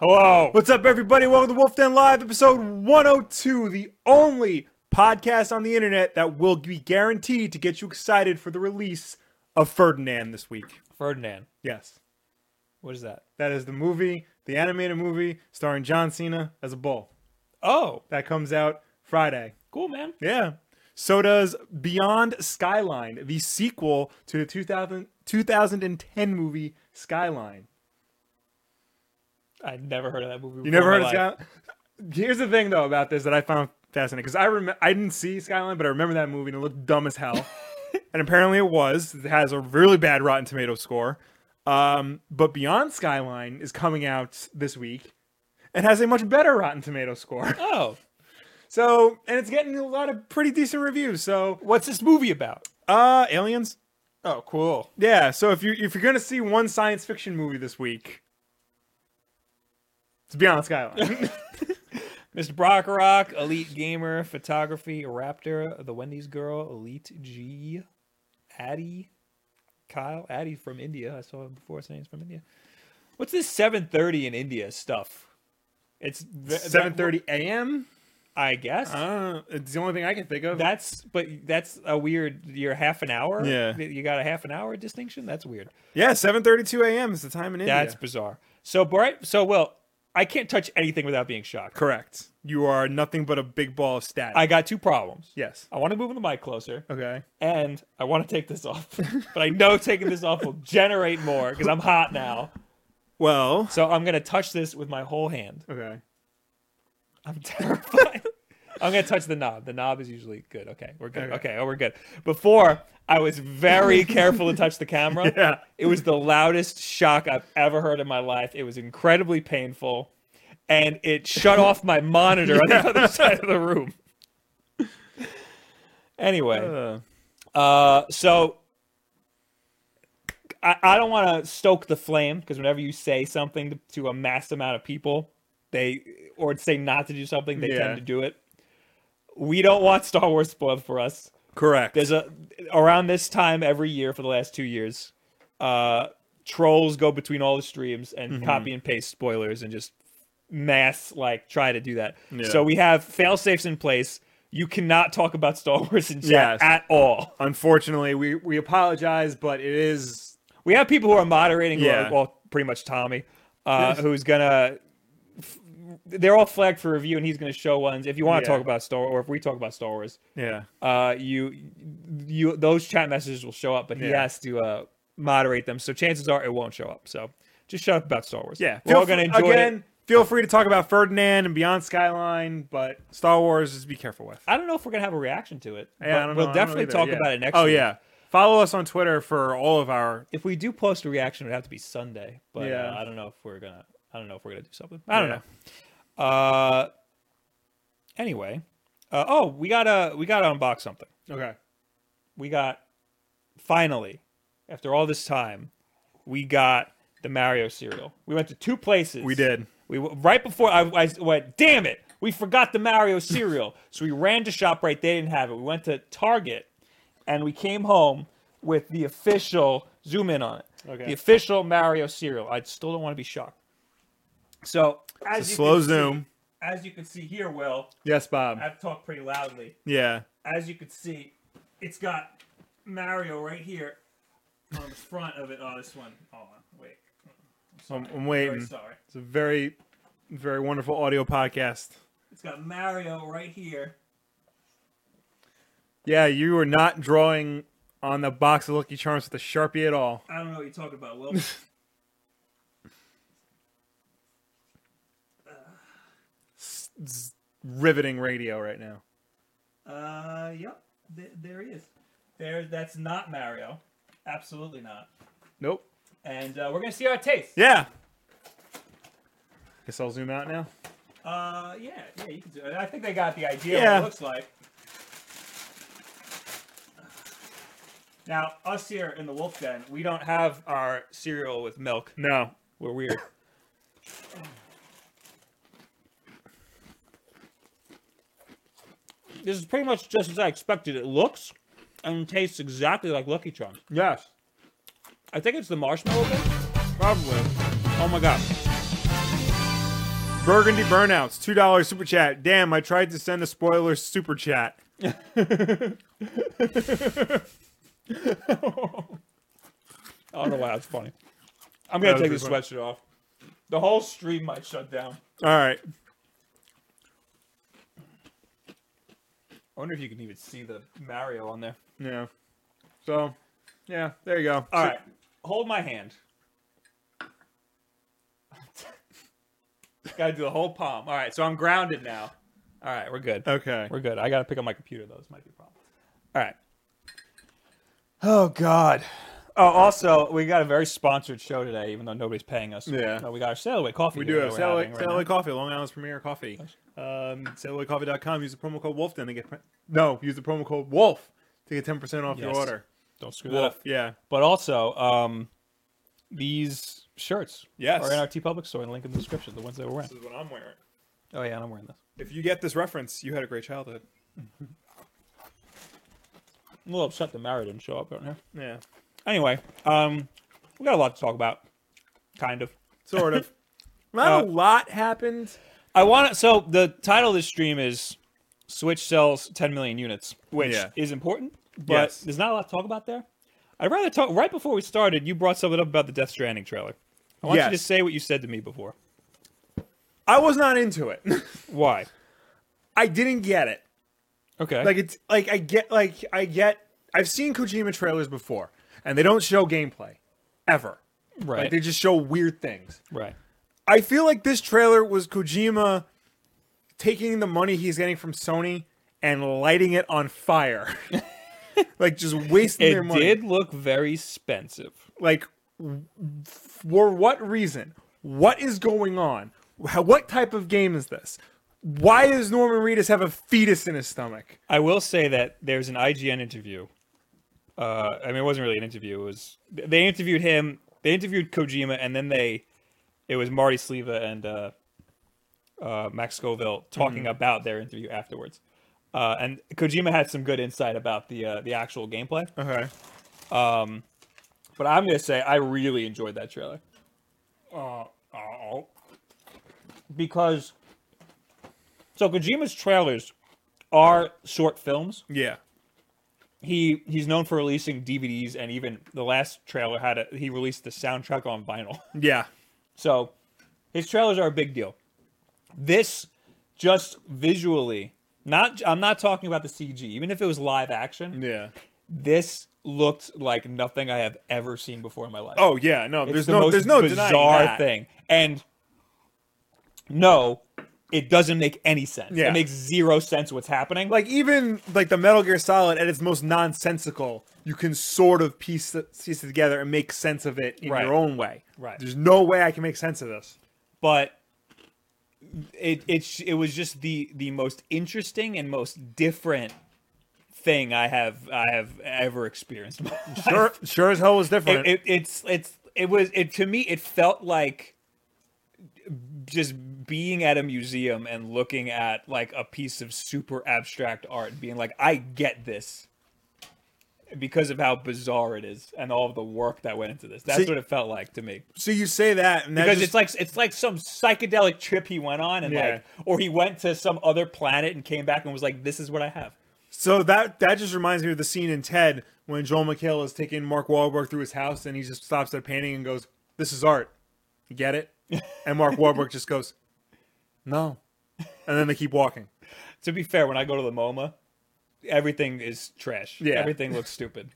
Hello. What's up, everybody? Welcome to Wolf Den Live, episode 102, the only podcast on the internet that will be guaranteed to get you excited for the release of Ferdinand this week. Ferdinand. Yes, What is that? that is the movie, the animated movie starring John Cena as a bull. Oh, That comes out Friday. cool, man. Yeah. So does Beyond Skyline, the sequel to the 2000, 2010 movie Skyline. I never heard of that movie. You never heard of Skyline? Here's the thing though about this that I found fascinating because I rem- I didn't see Skyline, but I remember that movie and it looked dumb as hell. and apparently it was. It has a really bad Rotten Tomato score. Um, but Beyond Skyline is coming out this week and has a much better Rotten Tomato score. Oh, So and it's getting a lot of pretty decent reviews. So what's this movie about? uh aliens. Oh, cool. Yeah, so if you if you're gonna see one science fiction movie this week, it's Beyond Skyline. Mr. Brock Rock, Elite Gamer, Photography, Raptor, The Wendy's Girl, Elite G, Addy, Kyle, Addy from India. I saw him before saying he's from India. What's this 7:30 in India stuff? It's Seven thirty a.m. I guess. Uh, it's the only thing I can think of. That's but that's a weird. You're half an hour. Yeah. you got a half an hour distinction. That's weird. yeah, seven thirty-two a.m. is the time in India. That's bizarre. So Bright, so Will, I can't touch anything without being shocked. correct. You are nothing but a big ball of static. I got two problems. yes. I want to move the mic closer, Okay. and I want to take this off. but I know taking this off will generate more because I'm hot now. Well. So I'm gonna touch this with my whole hand. Okay. I'm terrified. I'm gonna touch the knob. The knob is usually good. Okay, we're good. Okay. Okay, oh, we're good. Before I was very careful to touch the camera. Yeah. It was the loudest shock I've ever heard in my life. It was incredibly painful, and it shut off my monitor on the other side of the room. Anyway, Uh, uh, so I, I don't want to stoke the flame because whenever you say something to, to a mass amount of people, they or say not to do something, they Yeah. tend to do it. We don't want Star Wars spoiled for us correct. there's a around this time every year for the last two years uh trolls go between all the streams and Mm-hmm. copy and paste spoilers and just mass like try to do that so we have fail safes in place you cannot talk about star wars in chat Yes. at all Unfortunately, we we apologize, but it is we have people who are moderating who are- Yeah. well pretty much tommy uh who's gonna f- they're all flagged for review and he's gonna show ones if you want to Yeah. talk about star or if we talk about star wars yeah. uh, you you those chat messages will show up, but he Yeah. has to uh, moderate them. So chances are it won't show up. So just shut up about Star Wars. Yeah. we're all gonna fr- enjoy again. it. Feel free to talk about Ferdinand and Beyond Skyline, but Star Wars, just be careful with. I don't know if we're gonna have a reaction to it. Yeah, but I we'll don't know. I don't know definitely either. talk Yeah. about it next. Oh week. yeah, follow us on Twitter for all of our. If we do post a reaction, it would have to be Sunday. But Yeah. uh, I don't know if we're gonna. I don't know if we're gonna do something. I don't Yeah. know. Uh, anyway, uh, oh, we gotta we gotta unbox something. Okay. we got finally, after all this time, we got the Mario cereal. We went to two places. We did. We w- right before I, I went. Damn it! We forgot the Mario cereal. so we ran to Shoprite. They didn't have it. We went to Target, and we came home with the official. Zoom in on it. Okay. The official Mario cereal. I still don't want to be shocked. So as you Slow can see- zoom. as you can see here, Will, Yes, Bob. I've talked pretty loudly Yeah. as you can see, it's got Mario right here on the front of it. Oh, this one. Hold on, wait. I'm, I'm Very waiting. sorry. It's a very, very wonderful audio podcast. It's got Mario right here. Yeah, you were not drawing on the box of Lucky Charms with a sharpie at all. I don't know what you're talking about, Will. It's riveting radio right now. uh, yep. Th- there he is. There. That's not Mario. Absolutely not. Nope. And uh, we're gonna see how it tastes. Yeah. Guess I'll zoom out now. Uh, yeah, yeah. You can do it. I think they got the idea what Yeah. it looks like. Now, us here in the Wolf Den, we don't have our cereal with milk. No. We're weird. This is pretty much just as I expected. It looks and tastes exactly like Lucky Charms. Yes. I think it's the marshmallow bit. Probably. Oh my god. Burgundy Burnouts, two dollar super chat. Damn, I tried to send a spoiler super chat. I don't know why that's funny. I'm gonna That take was this pretty sweatshirt off. The whole stream might shut down. All right, I wonder if you can even see the Mario on there. yeah. So, yeah, there you go. All right, hold my hand. gotta do the whole palm. All right, so I'm grounded now. All right, we're good. Okay. We're good. I gotta pick up my computer though. This might be a problem. All right. Oh God. Oh, also, we got a very sponsored show today, even though nobody's paying us. Yeah. No, we got our sailaway coffee. We do have Sail sailaway. Lake Coffee, Long Island's premier coffee. Um, SailLakeCoffee.com. Use the promo code Wolf. Then they get pre- no. Use the promo code Wolf to get ten percent off your Yes. order. Don't screw that Wolf. up. Yeah. But also, um, these shirts Yes. are in our T Public store and link in the description. The ones that we're wearing. is what I'm wearing. Oh yeah, and I'm wearing this. If you get this reference, you had a great childhood. I'm a little upset that Mara didn't show up on here. Yeah. Anyway, um, we got a lot to talk about, kind of. Sort of. Uh, Not a lot happened. I want to. So the title of this stream is "Switch sells 10 million units," which Yeah. is important, but Yes. there's not a lot to talk about there. I'd rather talk right before we started. You brought something up about the Death Stranding trailer. I want you to Yes. say what you said to me before. I was not into it. Why? I didn't get it. Okay. Like it's like I get like I get I've seen Kojima trailers before and they don't show gameplay ever. right. Like they just show weird things. right. I feel like this trailer was Kojima taking the money he's getting from Sony and lighting it on fire. like just wasting their It money. did look very expensive. like w- for what reason what is going on How, what type of game is this why does norman reedus have a fetus in his stomach I will say that there's an IGN interview. Uh, I mean, it wasn't really an interview. It was they interviewed him. They interviewed Kojima, and then they it was Marty Sleva and uh, uh, Max Scoville talking about their interview afterwards. Uh, and Kojima had some good insight about the uh, the actual gameplay. okay But I'm gonna say I really enjoyed that trailer oh Uh, because so Kojima's trailers are short films. yeah he he's known for releasing DVDs and even the last trailer had a, he released the soundtrack on vinyl. yeah So his trailers are a big deal. This just visually, not I'm not talking about the CG. Even if it was live action, yeah this looked like nothing I have ever seen before in my life. oh yeah no It's there's the no most there's no denying bizarre that. thing. And no, it doesn't make any sense. Yeah. It makes zero sense what's happening. like even like the metal gear solid at its most nonsensical you can sort of piece it, piece it together and make sense of it in Right. your own way Right. there's no way i can make sense of this but it it's it was just the the most interesting and most different thing I have I have ever experienced. in my life. sure sure as hell was It, different it- it's it's it was it to me it felt like just being at a museum and looking at like a piece of super abstract art being like I get this because of how bizarre it is and all of the work that went into this. That's See- what it felt like to me so you say that and that because just- it's like it's like some psychedelic trip he went on and Yeah. like or he went to some other planet and came back and was like this is what I have. So that that just reminds me of the scene in Ted when Joel McHale is taking Mark Wahlberg through his house and he just stops at a painting and goes, "This is art." You get it? And Mark Wahlberg just goes, "No," and then they keep walking. To be fair, when I go to the MoMA, everything is trash. Yeah. Everything looks stupid.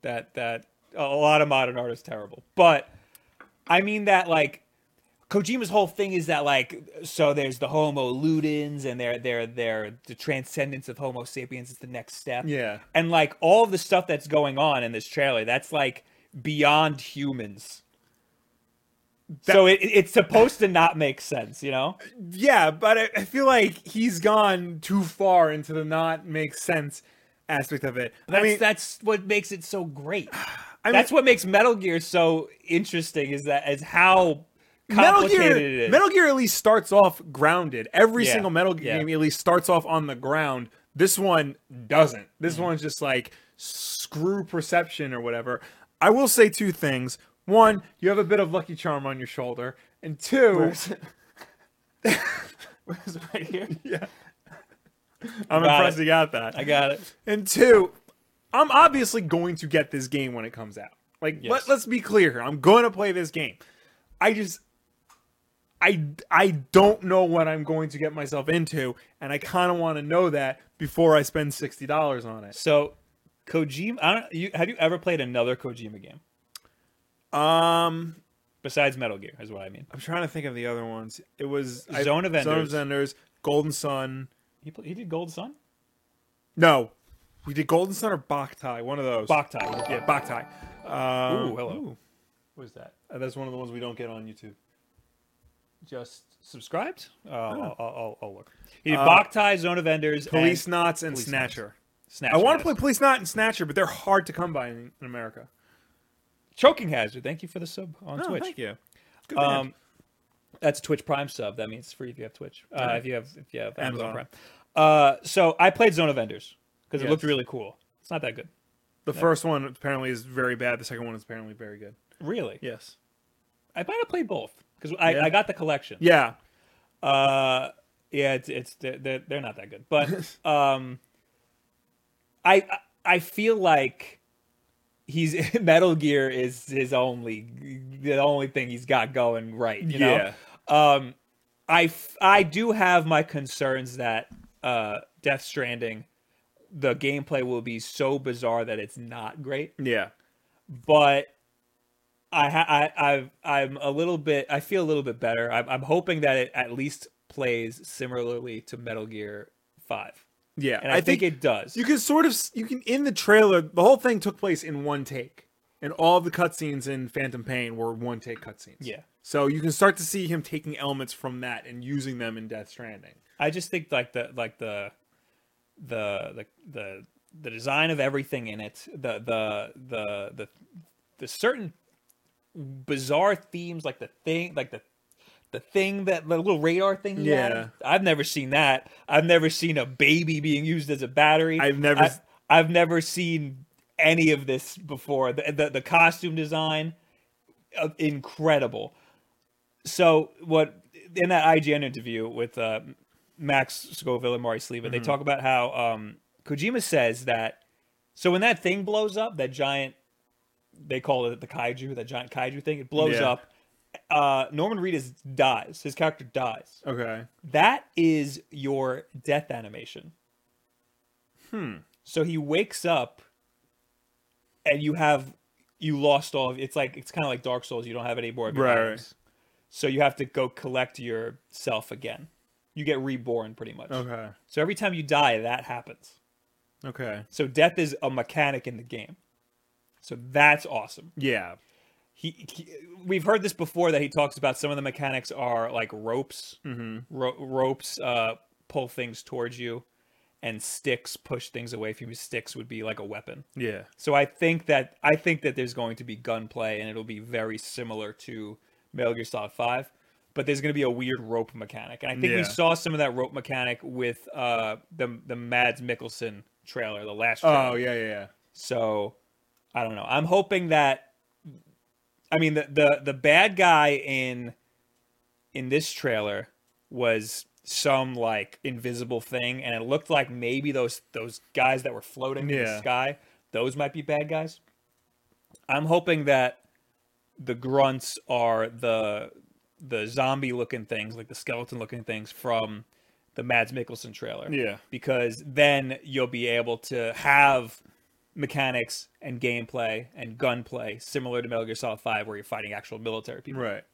That that a lot of modern art is terrible. But I mean that like Kojima's whole thing is that like so there's the Homo ludens and they're they're they're the transcendence of Homo sapiens is the next step. Yeah. And like all the stuff that's going on in this trailer, that's like beyond humans. so it, it's supposed to not make sense, you know? Yeah, but I, I feel like he's gone too far into the not make sense aspect of it. That's I mean, that's what makes it so great. mean- that's what makes Metal Gear so interesting is that is how Metal complicated Gear, it is. Metal Gear at least starts off grounded. Every Yeah, single Metal Gear yeah. game at least starts off on the ground. This one doesn't. This Mm-hmm. one's just like screw perception or whatever. I will say two things. One, you have a bit of Lucky Charm on your shoulder, and two, Where's it right here? I'm Got impressed it. you got that. I got it. And two, I'm obviously going to get this game when it comes out. Like Yes. let, let's be clear here. I'm going to play this game. I just I I don't know what I'm going to get myself into and I kind of want to know that before I spend $60 on it. So, Kojima. I don't, you, have you ever played another Kojima game Um besides Metal Gear? Is what I mean. I'm trying to think of the other ones. It was I- Zone of Zone Enders. of Enders, Golden Sun. He, pl- he did Gold Sun. No. We did Golden Sun or Boktai, one of those. Boktai. yeah, Boktai. Um, Uh, Ooh, hello. What is that? Uh, That's one of the ones we don't get on YouTube. Just subscribed? Uh, I'll, I'll, I'll, I'll look. He did Oh. Uh, Boktai, Zone of Enders, Police and Knots and Police Knots. Snatcher. Snatch. I Mask. want to play Police Knot and Snatcher, but they're hard to come by in, in America. Choking Hazard. Thank you for the sub on Oh, Twitch. thank you. Good Um, that's Twitch Prime sub. That means it's free if you have Twitch. Uh, If you have if you have Amazon, Amazon. Prime. Uh, so I played Zone of Enders because it Yes. looked really cool. It's not that good, the first one apparently is very bad. The second one is apparently very good. really. Yes. I might have played both because I, Yeah. I got the collection. Yeah. Uh, yeah, it's it's they're, they're they're not that good, but um, I I- I feel like he's Metal Gear is his only the only thing he's got going right. You Yeah. know, um, I f- I do have my concerns that uh, Death Stranding, the gameplay will be so bizarre that it's not great Yeah. but I, ha- I I've, I'm a little bit. I feel a little bit better. I'm, I'm hoping that it at least plays similarly to Metal Gear Five, Yeah. and I, think, it does. you can sort of s- you can in the trailer the whole thing took place in one take, and all the cutscenes in Phantom Pain were one take cutscenes. Yeah. So you can start to see him taking elements from that and using them in Death Stranding. I just think like the like the the the the the design of everything in it, the the the the the certain bizarre themes, like the thing, like the the thing that the little radar thing. he had. Yeah. I've never seen that. I've never seen a baby being used as a battery. I've never s- I, have never seen any of this before. The the, the costume design, uh, incredible. So what in that IGN interview with uh, Max Scoville and Mari Sleva, they talk about how um, Kojima says that. So when that thing blows up, that giant, they call it the kaiju, that giant kaiju thing, it blows Yeah. up. Uh, Norman Reedus dies. His character dies. Okay. That is your death animation. Hmm. Hmm. So he wakes up, and you have you lost all. Of, it's like it's kind of like Dark Souls. You don't have any more of your Right. items. so you have to go collect yourself again. You get reborn pretty much. Okay. So every time you die, that happens. Okay. So death is a mechanic in the game. So that's awesome. Yeah. He, he- we've heard this before that he talks about some of the mechanics are like ropes, Mm-hmm. Ro- ropes uh, pull things towards you, and sticks push things away from you. Sticks would be like a weapon. Yeah. So I think that I think that there's going to be gunplay, and it'll be very similar to Metal Gear Solid Five, but there's going to be a weird rope mechanic, and I think Yeah. we saw some of that rope mechanic with uh, the the Mads Mikkelsen trailer, the last. Trailer. Oh yeah yeah yeah. So I don't know. I'm hoping that I mean the the, the bad guy in in this trailer was some like invisible thing and it looked like maybe those those guys that were floating in the Yeah. sky, those might be bad guys. I'm hoping that the grunts are the the zombie looking things, like the skeleton looking things from the Mads Mikkelsen trailer Yeah. because then you'll be able to have mechanics and gameplay and gunplay similar to Metal Gear Solid 5 where you're fighting actual military people. Right.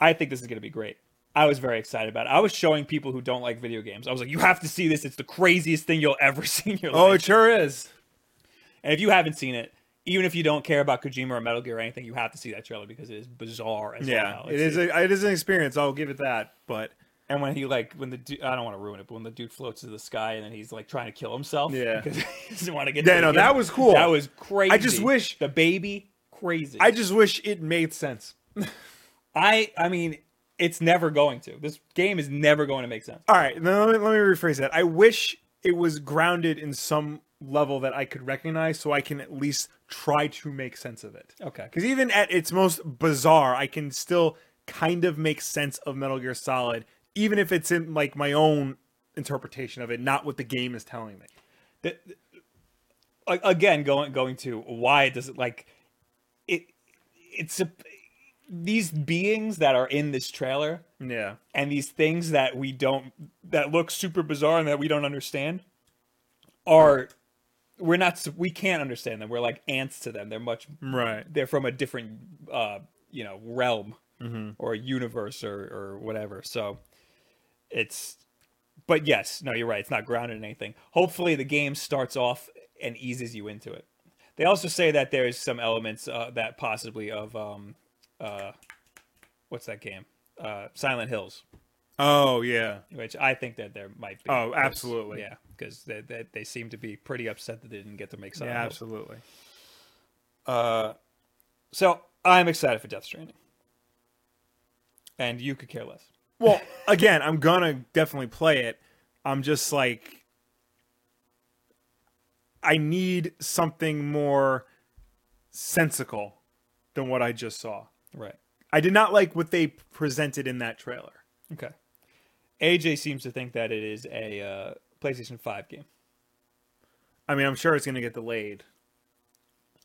I think this is going to be great. I was very excited about it. I was showing people who don't like video games. I was like, "You have to see this. It's the craziest thing you'll ever see in your Oh, life." it sure is. And if you haven't seen it, even if you don't care about Kojima or Metal Gear or anything, you have to see that trailer because it is bizarre as Yeah, well. it is. A, it is an experience. I'll give it that. But And when he like when the du- I don't want to ruin it, but when the dude floats to the sky and then he's like trying to kill himself, Yeah. because he doesn't want to get. Yeah, to no, the that end. was cool. That was crazy. wish- the baby crazy. I just wish it made sense. I I mean, it's never going to. This game is never going to make sense. All right, now let me, let me rephrase that. I wish it was grounded in some level that I could recognize, so I can at least try to make sense of it. Okay. Because even at its most bizarre, I can still kind of make sense of Metal Gear Solid, even if it's in like my own interpretation of it, not what the game is telling me. Th- th- a- again going going to why does it like it it's a, these beings that are in this trailer Yeah. and these things that we don't that look super bizarre and that we don't understand are we're not s- we can't understand them we're like ants to them they're much Right. they're from a different uh you know realm Mm-hmm. or universe or or whatever so it's but yes no you're right it's not grounded in anything hopefully the game starts off and eases you into it they also say that there's some elements uh, that possibly of um uh what's that game uh silent hills Oh yeah. which i think that there might be Oh, 'cause- absolutely. yeah because they, they, they seem to be pretty upset that they didn't get to make silent Yeah, hills absolutely. uh, so I'm excited for Death Stranding, and you could care less. Well, again, I'm gonna definitely play it. I'm just like I need something more sensical than what I just saw. Right. I did not like what they presented in that trailer. Okay. AJ seems to think that it is a uh, PlayStation Five game. I mean, I'm sure it's going to get delayed.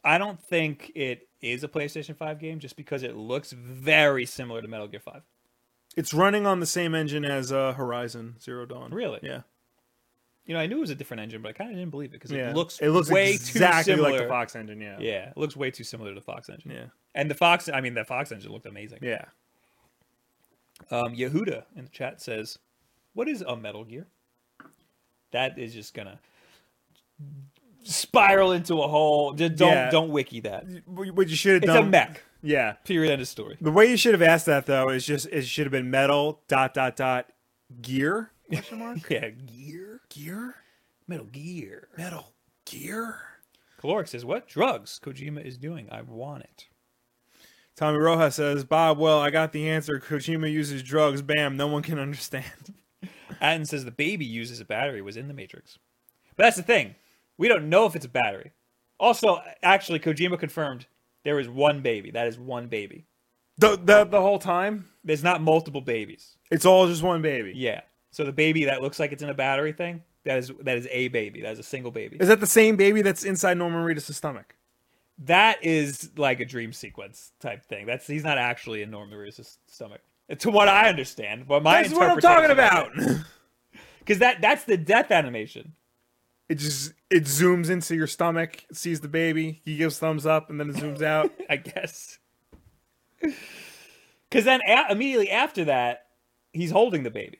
I don't think it is a PlayStation Five game just because it looks very similar to Metal Gear Five. It's running on the same engine as uh, Horizon Zero Dawn. Really? Yeah. You know, I knew it was a different engine, but I kind of didn't believe it because yeah. it looks it looks way exactly too similar. like the Fox engine. Yeah. Yeah, it looks way too similar to the Fox engine. Yeah. And the Fox, I mean, the Fox engine looked amazing. Yeah. Um, Yehuda in the chat says, "What is a Metal Gear?" That is just gonna spiral into a hole. Just don't Yeah. don't wiki that. It's What you should have a done. mech. Yeah. Period. End of story. The way you should have asked that though is just it should have been metal dot dot dot gear question mark Yeah, gear. gear Metal Gear. metal gear. Caloric says, "What drugs Kojima is doing? I want it." Tommy Rojas says, Bob, well, I got the answer. Kojima uses drugs. Bam, no one can understand. Atten says the baby uses a battery was in the Matrix, but that's the thing. We don't know if it's a battery. Also, actually, Kojima confirmed there is one baby. That is one baby. The, the, the whole time, There's not multiple babies. it's all just one baby. Yeah. So the baby that looks like it's in a battery thing, that is that is a baby. That is a single baby. Is that the same baby that's inside Norman Reedus' stomach? That is like a dream sequence type thing. That's he's not actually in Norman Reedus' stomach. To what I understand, but my This is what I'm talking about. Because that that's the death animation. it just it zooms into your stomach, sees the baby, he gives thumbs up, and then it zooms out. I guess. Because then a- immediately after that, he's holding the baby.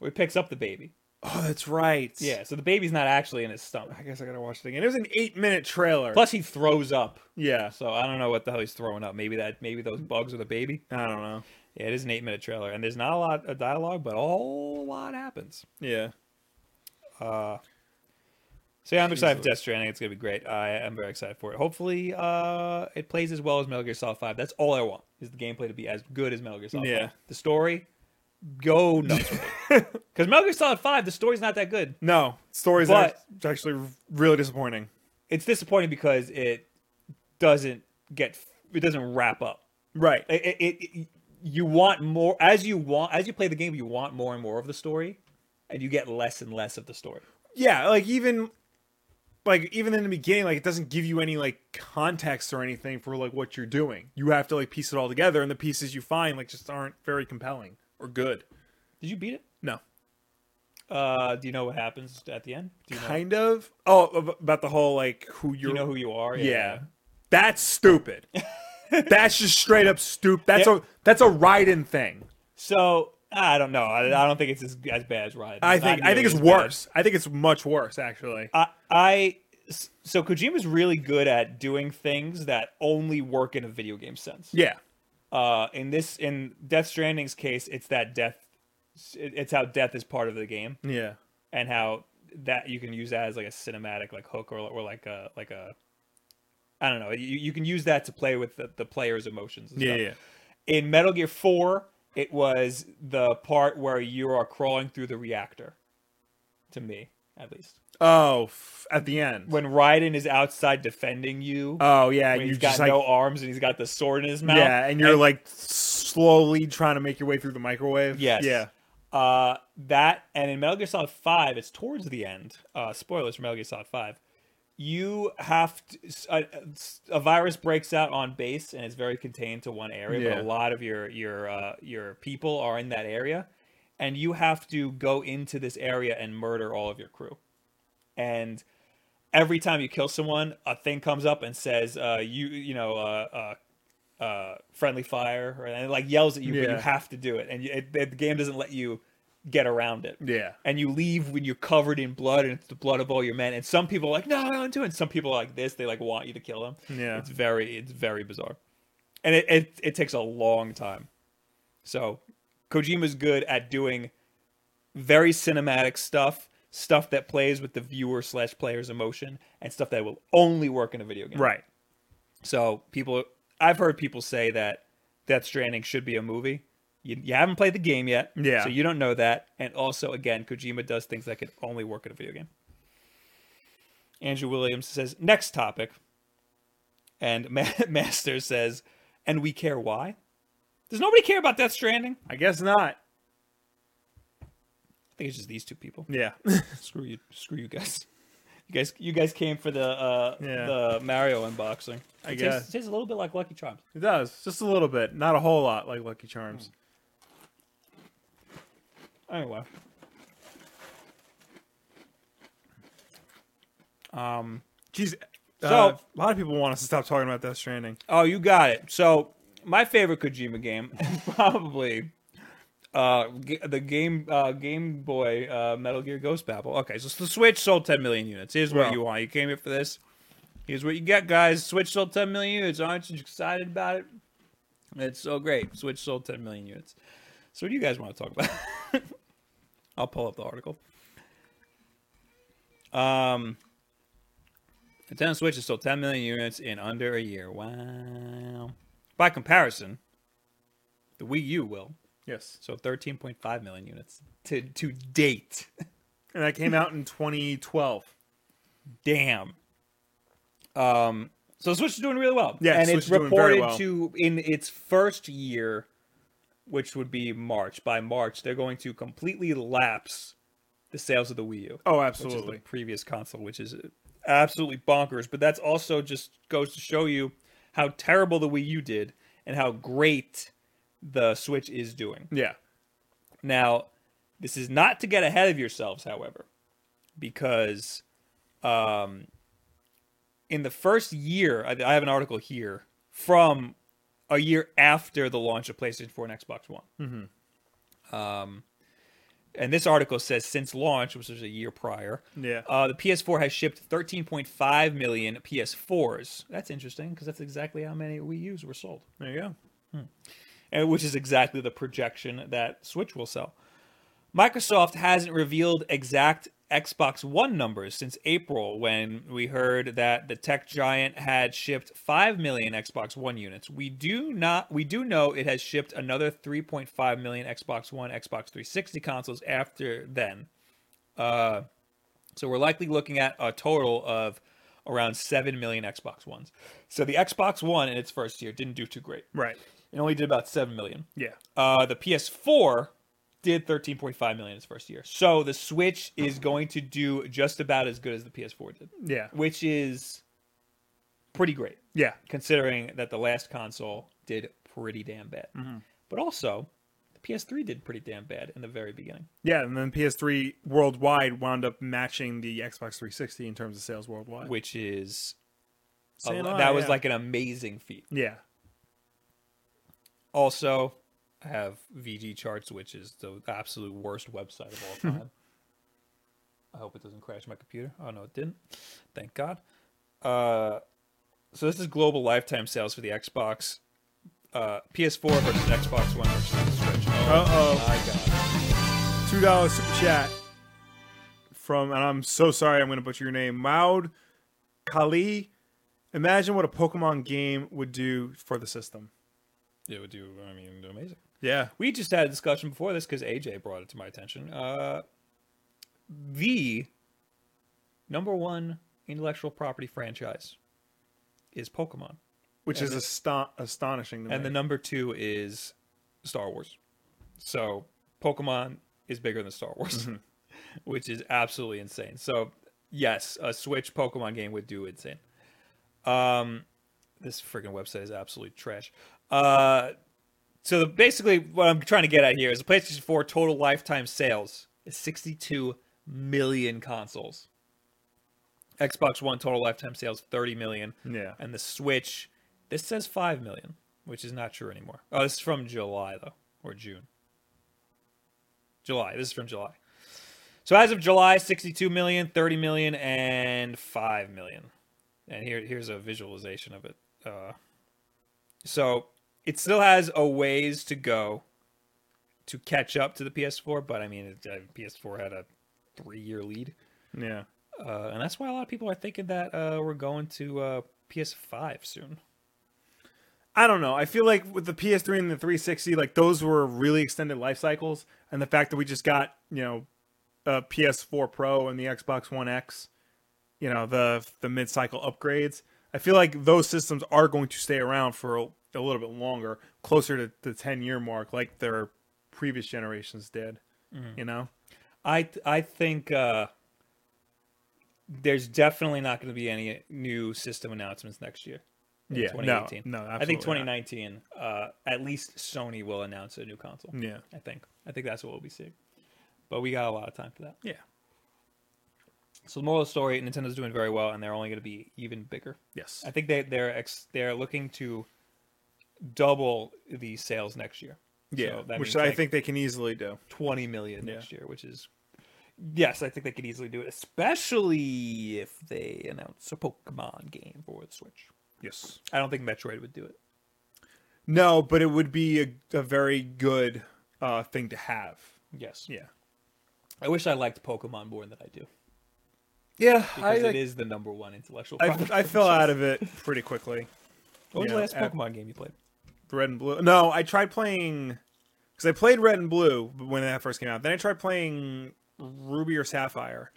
Or he picks up the baby. oh, that's right. Yeah, so the baby's not actually in his stomach. I guess I gotta watch it again. It was an eight minute trailer. Plus, he throws up. yeah. So I don't know what the hell he's throwing up. Maybe that maybe those bugs are the baby. I don't know. Yeah, it is an eight minute trailer, and there's not a lot of dialogue, but a whole lot happens. Yeah. So yeah, I'm excited for Death Stranding. It's gonna be great. I am very excited for it. Hopefully, uh, it plays as well as Metal Gear Solid Five. That's all I want is the gameplay to be as good as Metal Gear Solid. Yeah. 5. The story, go nuts because Metal Gear Solid Five, the story's not that good. No. Stories But- act- actually really disappointing. It's disappointing because it doesn't get it doesn't wrap up. Right. It, it, it- it- you want more as you want as you play the game. You want more and more of the story, and you get less and less of the story. Yeah, like even like even in the beginning, like it doesn't give you any like context or anything for like what you're doing. You have to like piece it all together and the pieces you find like just aren't very compelling or good. Did you beat it? No. Uh, do you know what happens at the end? Do you know, Kind of. Oh, ab- about the whole like who do you're you know who you are? Yeah. That's stupid. that's just straight up stupid. That's Yeah. a that's a Raiden thing. So I don't know. I, I don't think it's as, as bad as Ride. I think I think it's worse. I think it's much worse actually. I, I so Kojima's really good at doing things that only work in a video game sense. yeah. Uh, in this, in Death Stranding's case, it's that death. it- It's how death is part of the game, Yeah. and how that you can use that as like a cinematic like hook or or like a like a. I don't know. You, you can use that to play with the, the player's emotions. And Yeah, stuff. yeah. In Metal Gear 4, it was the part where you are crawling through the reactor. To me, at least. Oh, f- at the end. When Raiden is outside defending you, oh yeah, when and you he's got just like no arms and he's got the sword in his mouth. Yeah, and you're like slowly trying to make your way through the microwave. Yes. Yeah. Uh, that and in Metal Gear Solid Five, it's towards the end. Uh, spoilers for Metal Gear Solid Five. You have to, a, a virus breaks out on base and it's very contained to one area, but a Yeah. lot of your your uh, your people are in that area, and you have to go into this area and murder all of your crew. And every time you kill someone, a thing comes up and says, uh, "You you know." Uh, uh, uh, friendly fire, or, and it like yells at you, but you Yeah. have to do it, and you, it, it- the game doesn't let you get around it. Yeah. And you leave when you're covered in blood, and it's the blood of all your men. And some people are like, "No, I don't do it." And some people are like this; they like want you to kill them. Yeah. it's very, it's very bizarre, and it it, it takes a long time. So, Kojima's good at doing very cinematic stuff, stuff that plays with the viewer slash player's emotion, and stuff that will only work in a video game. Right. So people, I've heard people say that Death Stranding should be a movie. You, you haven't played the game yet, Yeah. So you don't know that. And also, again, Kojima does things that could only work in a video game. Andrew Williams says next topic, and Ma- Master says, and we care why. Does nobody care about Death Stranding? I guess not. I think it's just these two people. Yeah. screw you, screw you guys. You guys, you guys came for the uh, Yeah. the Mario unboxing. I it guess. tastes, tastes a little bit like Lucky Charms. It does. Just a little bit. Not a whole lot like Lucky Charms. Anyway. Um. Jeez. So, So- a lot of people want us to stop talking about Death Stranding. Oh, you got it. So my favorite Kojima game, is probably, uh, g- the game uh, Game Boy uh, Metal Gear Ghost Babel. Okay, so the Switch sold 10 million units. Here's what Wow. you want. You came here for this. Here's what you get, guys. Switch sold 10 million units. Aren't you excited about it? It's so great. Switch sold 10 million units. So what do you guys want to talk about? I'll pull up the article. Um, Nintendo Switch has sold 10 million units in under a year. Wow. By comparison, the Wii U will. Yes. So 13.5 million units to, to date. And that came out in 2012. Damn. Um, so Switch is doing really well. Yeah, and Switch it's is doing very reported well. to in its first year, which would be March. By March, they're going to completely lapse the sales of the Wii U. Oh, which is the previous console, which is absolutely bonkers. But that's also just goes to show you how terrible the Wii U did and how great the Switch is doing. Yeah. Now, this is not to get ahead of yourselves, however, because um, in the first year, I, I have an article here from a year after the launch of PlayStation 4 and Xbox One. Um, and this article says since launch, which was a year prior, Yeah. uh, the PS4 has shipped 13.5 million PS4s. That's interesting because that's exactly how many Wii U's were sold there you go. and which is exactly the projection that Switch will sell. Microsoft hasn't revealed exact Xbox One numbers since April when we heard that the tech giant had shipped 5 million Xbox One units. We do not we do know it has shipped another 3.5 million Xbox One, Xbox 360 consoles after then. Uh so we're likely looking at a total of around 7 million Xbox Ones. So the Xbox One in its first year didn't do too great. Right. It only did about 7 million. Yeah. Uh, the PS4 did 13.5 million its first year. So the Switch is going to do just about as good as the PS4 did, Yeah. which is pretty great Yeah. considering that the last console did pretty damn bad. Mm-hmm. But also, the PS3 did pretty damn bad in the very beginning. Yeah. And then PS3 worldwide wound up matching the Xbox 360 in terms of sales worldwide. Which is a- Same line, Oh, that was yeah. like an amazing feat. Yeah. Also, I have VG Charts, which is the absolute worst website of all time. I hope it doesn't crash my computer. Oh no, it didn't. Thank God. Uh, so this is global lifetime sales for the Xbox, uh, PS4 versus Xbox One versus the Switch. Oh Uh my God. oh. Two dollar super chat from and I'm so sorry I'm gonna butcher your name. Maud Kali. Imagine what a Pokemon game would do for the system. It would do. I mean, amazing. Yeah. We just had a discussion before this because AJ brought it to my attention. Uh, the number one intellectual property franchise is Pokemon. Which And is aston- astonishing to me. and the number two is Star Wars. So Pokemon is bigger than Star Wars, which is absolutely insane. So, yes, a Switch Pokemon game would do insane. Um, this freaking website is absolutely trash. Uh, so the, basically, what I'm trying to get at here is the PlayStation 4 total lifetime sales is 62 million consoles. Xbox One total lifetime sales 30 million. Yeah. And the Switch, this says 5 million, which is not true anymore. Oh, this is from July, though, or June. July. This is from July. So as of July, 62 million, 30 million, and 5 million. And here, here's a visualization of it. Uh, so it still has a ways to go to catch up to the PS4, but I mean, it, uh, PS4 had a three year lead. Yeah. Uh, and that's why a lot of people are thinking that uh, we're going to uh, PS5 soon. I don't know. I feel like with the PS3 and the 360, like those were really extended life cycles, and the fact that we just got you know a PS4 Pro and the Xbox One X, you know the the mid cycle upgrades. I feel like those systems are going to stay around for a, a little bit longer, closer to the 10 year mark, like their previous generations did. Mm-hmm. You know, I I think uh, there's definitely not going to be any new system announcements next year. in Yeah, no, 2018. no, I think absolutely 2019. Uh, at least Sony will announce a new console. yeah, I think. I think that's what we'll be seeing. But we got a lot of time for that. yeah, So the moral of the story: Nintendo's doing very well, and they're only going to be even bigger. yes, I think they they're ex, they're looking to double the sales next year. yeah, so that which means, I like, think they can easily do. 20 million Yeah. next year, which is yes, I think they could easily do it, especially if they announce a Pokemon game for the Switch. Yes, I don't think Metroid would do it. no, but it would be a, a very good uh, thing to have. Yes. Yeah. I wish I liked Pokemon more than I do Yeah, I, because like, it is the number one intellectual I, property. I fell out of it pretty quickly. what was yeah, the last at- Pokemon game you played? Red and blue. No, I tried playing because I played Red and Blue when that first came out. Then I tried playing Ruby or Sapphire,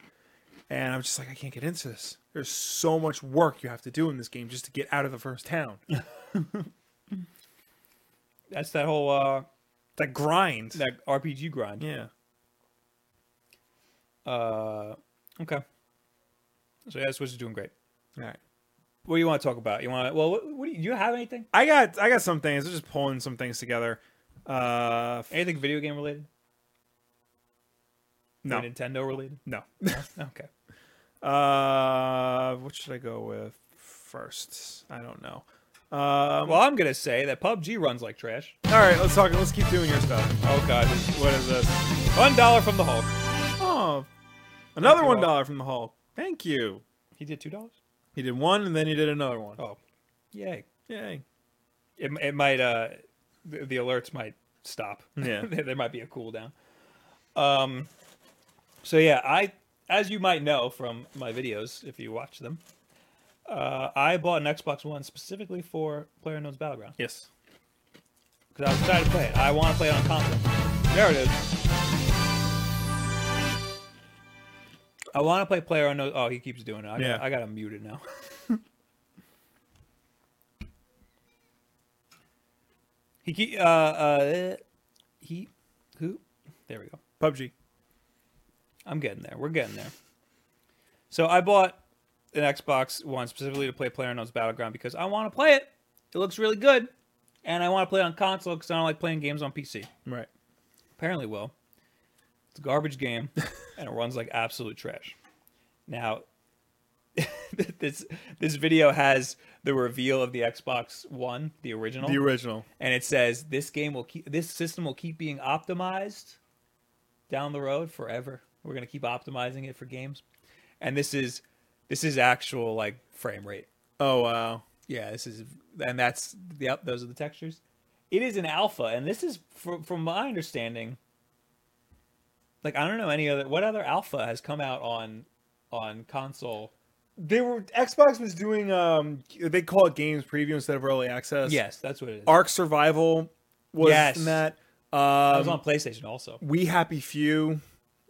and I'm just like, I can't get into this. There's so much work you have to do in this game just to get out of the first town. That's that whole uh, that grind. that RPG grind. yeah. Uh, okay. So yeah, Switch is doing great. All right. What do you want to talk about? You want to, well, what, what do you, do you have anything? I got I got some things. I'm just pulling some things together. Uh, f- Anything video game related? no, Nintendo related? no. Okay. Uh, what should I go with first? I don't know. Um, Well, I'm gonna say that PUBG runs like trash. All right, let's talk. Let's keep doing your stuff. Oh god, What is this? one dollar from the Hulk. Oh, another you one all. dollar from the Hulk. Thank you. He did two dollars. He did one, and then he did another one. Oh, yay! Yay! It it might uh, the, the alerts might stop. Yeah. there, there might be a cooldown. Um, so yeah, I as you might know from my videos if you watch them, uh, I bought an Xbox One specifically for PlayerUnknown's Battleground. Yes. because I was excited to play it. I want to play it on console. There it is. I want to play player on. Oh, he keeps doing it. I gotta, Yeah. I gotta mute it now. he keep uh uh he who? There we go. PUBG. I'm getting there. We're getting there. So I bought an Xbox One specifically to play PlayerUnknown's Battleground because I want to play it. It looks really good, and I want to play it on console because I don't like playing games on PC. Right. Apparently, will. It's a garbage game, and it runs like absolute trash. Now, this this video has the reveal of the Xbox One, the original, The original. and it says this game will keep this system will keep being optimized down the road forever. We're gonna keep optimizing it for games, and this is this is actual like frame rate. Oh wow. Yeah, this is, and that's yep. Those are the textures. It is an alpha, and this is from from my understanding. Like I don't know any other what other alpha has come out on on console. They were Xbox was doing um they call it games preview instead of early access. Yes, that's what it is. Ark Survival was Yes. in that. I was Um, on PlayStation also. We Happy Few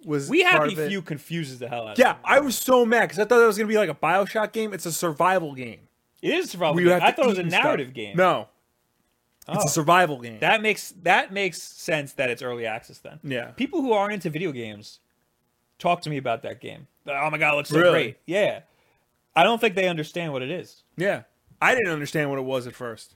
was We part Happy of it. Few confuses the hell out. of Yeah, I was so mad because I thought it was gonna be like a Bioshock game. It's a survival game. me. it is probably. We have Oh, I to thought it was eat a and stuff. narrative game. No, It's a Oh. survival game. That makes that makes sense that it's early access then. yeah. People who are into video games talk to me about that game. They're like, Oh my god, it looks so Really? great. Yeah. I don't think they understand what it is. Yeah. I didn't understand what it was at first.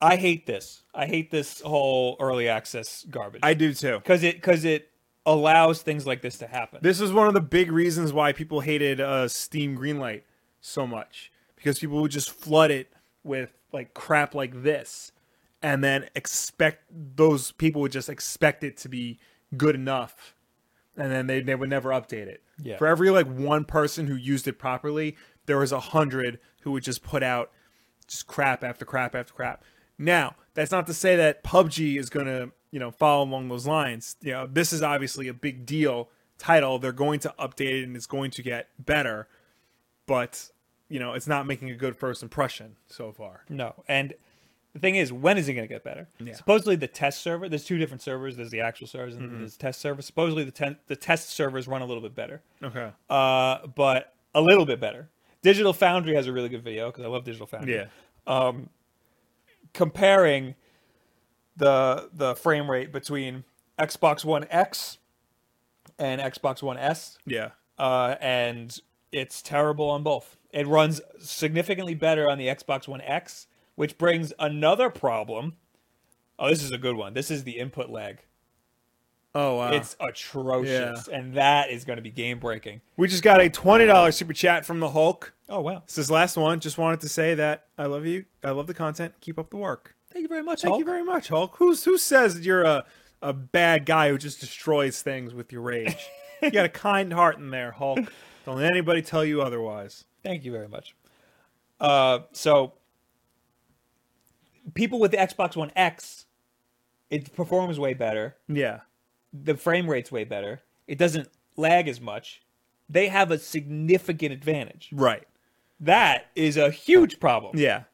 I hate this. I hate this whole early access garbage. I do too. Cuz it cuz it allows things like this to happen. This is one of the big reasons why people hated uh, Steam Greenlight so much because people would just flood it with like crap like this, and then expect those people would just expect it to be good enough, and then they they would never update it. Yeah. For every like one person who used it properly, there was a hundred who would just put out just crap after crap after crap. Now, that's not to say that PUBG is going to, you know, follow along those lines. You know, this is obviously a big deal title. They're going to update it and it's going to get better, but you know, it's not making a good first impression so far. No. And the thing is, when is it going to get better? Yeah. Supposedly the test server, there's two different servers. There's the actual servers and Mm-hmm. then there's test servers. Supposedly the, ten, the test servers run a little bit better, Okay. uh, but a little bit better. Digital Foundry has a really good video because I love Digital Foundry. Yeah. Comparing the the frame rate between Xbox One X and Xbox One S, Yeah. uh, and it's terrible on both. It runs significantly better on the Xbox One X, which brings another problem. Oh, this is a good one. This is the input lag. Oh, wow. It's atrocious, and that is going to be game breaking. we just got a $20 super chat from the Hulk. Oh wow! This is last one. Just wanted to say that I love you. I love the content. Keep up the work. Thank you very much. Thank you very much, Hulk. Who's who says that you're a a bad guy who just destroys things with your rage? you got a kind heart in there, Hulk. Don't let anybody tell you otherwise. Thank you very much. Uh, so, people with the Xbox One X, it performs way better. Yeah. The frame rate's way better. It doesn't lag as much. They have a significant advantage. Right. That is a huge problem. Yeah.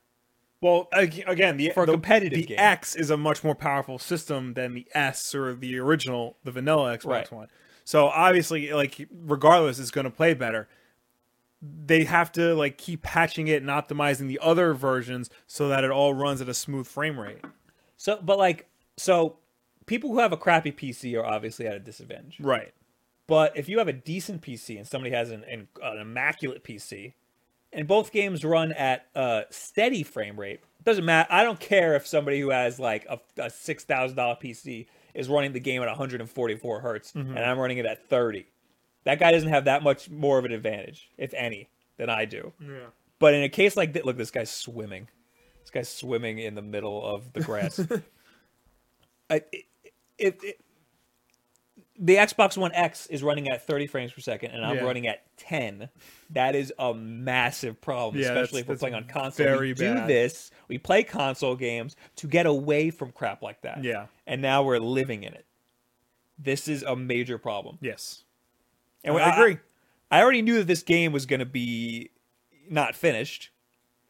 Well, ag- again, the For a the- competitive the game. X is a much more powerful system than the S or the original, the vanilla Xbox Right. One. So obviously, like regardless, it's going to play better. They have to like keep patching it and optimizing the other versions so that it all runs at a smooth frame rate. So, but like, so people who have a crappy PC are obviously at a disadvantage. Right. But if you have a decent PC and somebody has an, an, an immaculate PC, and both games run at a steady frame rate, doesn't matter. I don't care if somebody who has like a, a six thousand dollar PC is running the game at 144 hertz Mm-hmm. and I'm running it at 30. That guy doesn't have that much more of an advantage, if any, than I do. Yeah. But in a case like that, look, this guy's swimming. This guy's swimming in the middle of the grass. I, it, it, it, the Xbox One X is running at 30 frames per second, and I'm Yeah. running at 10. That is a massive problem, Yeah, especially that's- if we're that's playing on console. very we do bad. this. We play console games to get away from crap like that. Yeah. And now we're living in it. This is a major problem. Yes. And I agree. I already knew that this game was going to be not finished,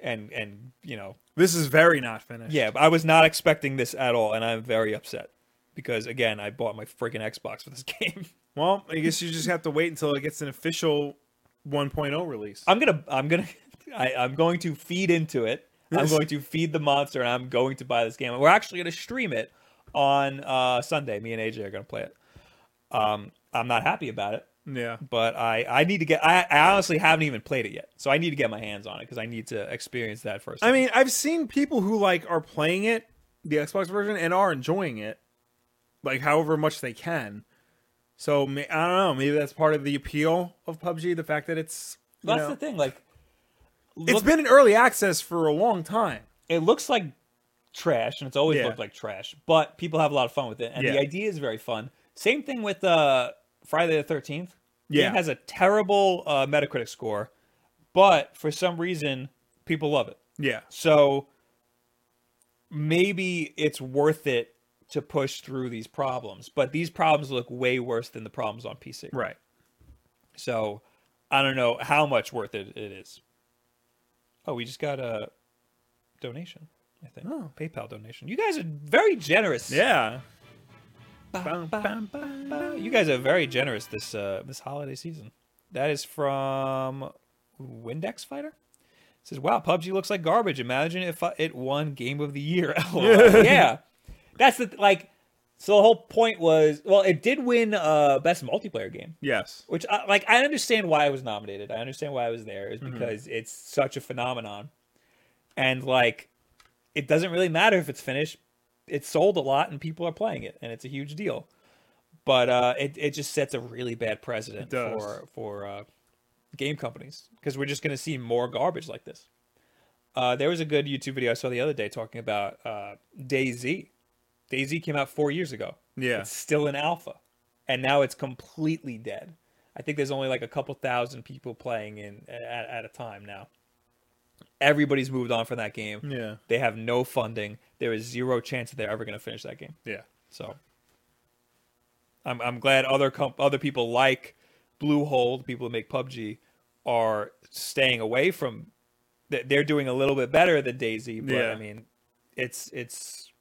and and you know, This is very not finished. yeah, but I was not expecting this at all, and I'm very upset because again, I bought my freaking Xbox for this game. Well, I guess you just have to wait until it gets an official 1.0 release. I'm gonna, I'm gonna, I, I'm going to feed into it. I'm going to feed the monster, and I'm going to buy this game. And we're actually going to stream it on uh, Sunday. Me and AJ are going to play it. Um, I'm not happy about it. yeah. but I I need to get I, I honestly haven't even played it yet, so I need to get my hands on it because I need to experience that first. I mean, I've seen people who like are playing it, the Xbox version, and are enjoying it, like however much they can. So ma- I don't know. Maybe that's part of the appeal of PUBG, the fact that it's you that's know, the thing. Like, it's look- been in early access for a long time. it looks like trash, and it's always Yeah. looked like trash. But people have a lot of fun with it, and Yeah. the idea is very fun. Same thing with uh, Friday the Thirteenth. Yeah. it has a terrible uh, Metacritic score, but for some reason people love it. Yeah. So maybe it's worth it to push through these problems, but these problems look way worse than the problems on PC. Right. So I don't know how much worth it it is. Oh, we just got a donation, I think. Oh. PayPal donation. You guys are very generous. Yeah. Ba, ba, ba, ba. You guys are very generous this uh, this holiday season. That is from Windex Fighter. says, "Wow, PUBG looks like garbage. Imagine if I, it won Game of the Year." LOL. yeah, that's the like. So the whole point was, well, it did win uh, best multiplayer game, Yes. which I, like I understand why it was nominated. I understand why it was there is Mm-hmm. because it's such a phenomenon, and like it doesn't really matter if it's finished. It's sold a lot and people are playing it, and it's a huge deal. But uh, it it just sets a really bad precedent It does. for for uh, game companies because we're just going to see more garbage like this. Uh, there was a good YouTube video I saw the other day talking about uh, DayZ. DayZ came out four years ago. Yeah. It's still in alpha, and now it's completely dead. I think there's only like a couple thousand people playing in at, at a time now. Everybody's moved on from that game. Yeah. They have no funding. There is zero chance that they're ever going to finish that game. Yeah. So I'm I'm glad other comp- other people like Bluehole, the people who make PUBG, are staying away from. they- They're doing a little bit better than Daisy, but Yeah. I mean, it's it's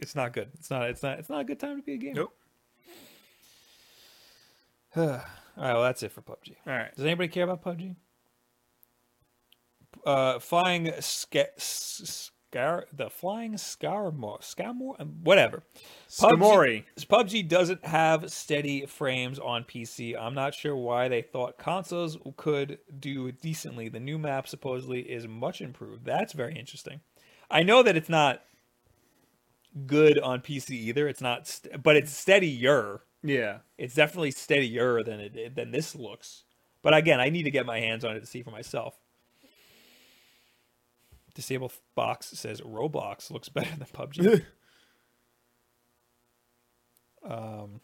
it's not good. It's not it's not it's not a good time to be a gamer. Nope. All right, well that's it for PUBG. All right. Does anybody care about PUBG? Uh, flying sca- s- scar the flying scarmore scarmore whatever. Skamori. PUBG, PUBG doesn't have steady frames on PC. I'm not sure why they thought consoles could do decently. The new map supposedly is much improved. That's very interesting. I know that it's not good on PC either. It's not, st- but it's steadier Yeah. it's definitely steadier than it than this looks. But again, I need to get my hands on it to see for myself. Disable box says Roblox looks better than PUBG. um,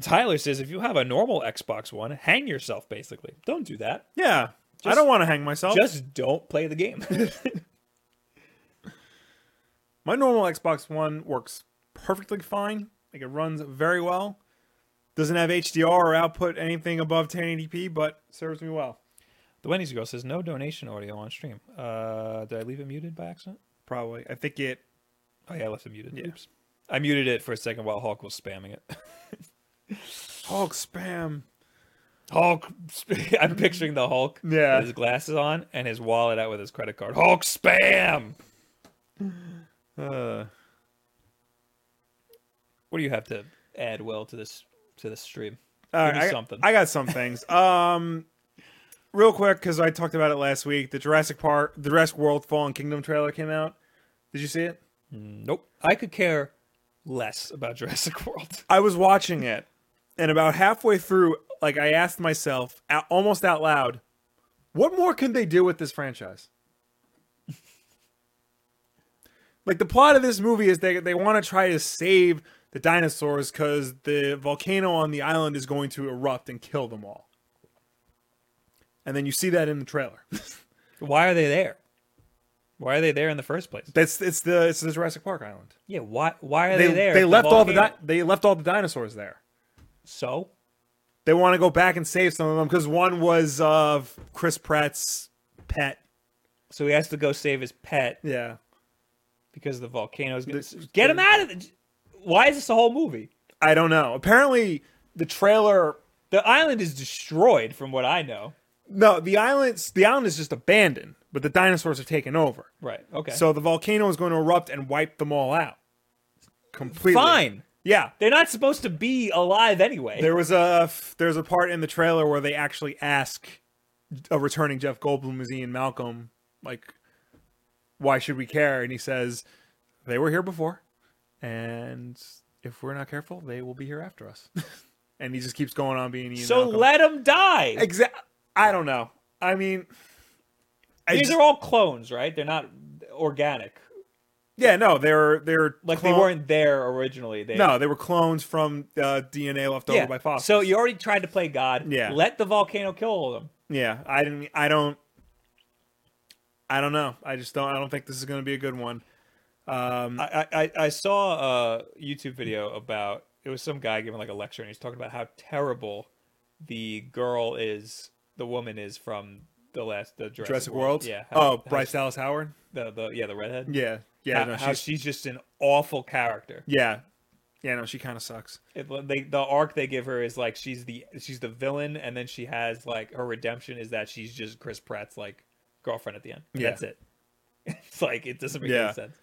Tyler says if you have a normal Xbox One, hang yourself. Basically, don't do that. Yeah. I Just- don't want to hang myself. Just don't play the game. My normal Xbox One works perfectly fine. Like it runs very well. Doesn't have HDR or output anything above 1080p, but serves me well. the Wendy's girl says no donation audio on stream. Uh, did I leave it muted by accident? Probably. I think it. Oh yeah, I left it muted. Yeah. Oops. I muted it for a second while Hulk was spamming it. Hulk spam. Hulk, sp- I'm picturing the Hulk. Yeah. With his glasses on and his wallet out with his credit card. Hulk spam. Uh, What do you have to add, Will, to this to this stream? all Give right, me I, something. I got some things. Um, real quick, because I talked about it last week. The Jurassic Park, the Jurassic World Fallen Kingdom trailer came out. Did you see it? Nope. I could care less about Jurassic World. I was watching it, and about halfway through, like I asked myself, a- almost out loud, "What more can they do with this franchise?" like the plot of this movie is they they want to try to save the dinosaurs because the volcano on the island is going to erupt and kill them all. And then you see that in the trailer. Why are they there? Why are they there in the first place? That's it's the it's the Jurassic Park island. Yeah. Why Why are They they, there? they if left all the volcano- di- they left all the dinosaurs there. so. they want to go back and save some of them because one was of Chris Pratt's pet. So he has to go save his pet Yeah, because the volcano's going This- to get him out of the. Why is this a whole movie? I don't know. Apparently, the trailer. The island is destroyed, from what I know. No, the island's the island is just abandoned, but the dinosaurs are taken over. Right. Okay. So the volcano is going to erupt and wipe them all out. Completely fine. Yeah, They're not supposed to be alive anyway. there was a there's a part in the trailer where they actually ask a returning Jeff Goldblum as Ian Malcolm, like, why should we care? And he says, they were here before, and if we're not careful, they will be here after us. and he just keeps going on being Ian. so Malcolm. let them die. Exa- I don't know. I mean, I These just- are all clones, right? They're not organic. yeah, no, they're they're Like clone- they weren't there originally. They, No, they were clones from uh, DNA left Yeah. over by fossils. So you already tried to play God. Yeah. Let the volcano kill all of them. Yeah, I didn't. I don't. I don't know. I just don't. I don't think this is going to be a good one. Um, I, I, I saw a YouTube video about it was some guy giving like a lecture and he's talking about how terrible the girl is, the woman is from the last the Jurassic, Jurassic World. Yeah. oh, how- Bryce Dallas Howard. the, the yeah the redhead. Yeah. Yeah. how, no, how she's, she's just an awful character. yeah. Yeah, no, she kind of sucks. It, they, the arc they give her is like she's the she's the villain, and then she has like her redemption is that she's just Chris Pratt's like girlfriend at the end. And Yeah. That's it. It's like it doesn't make Yeah. any sense.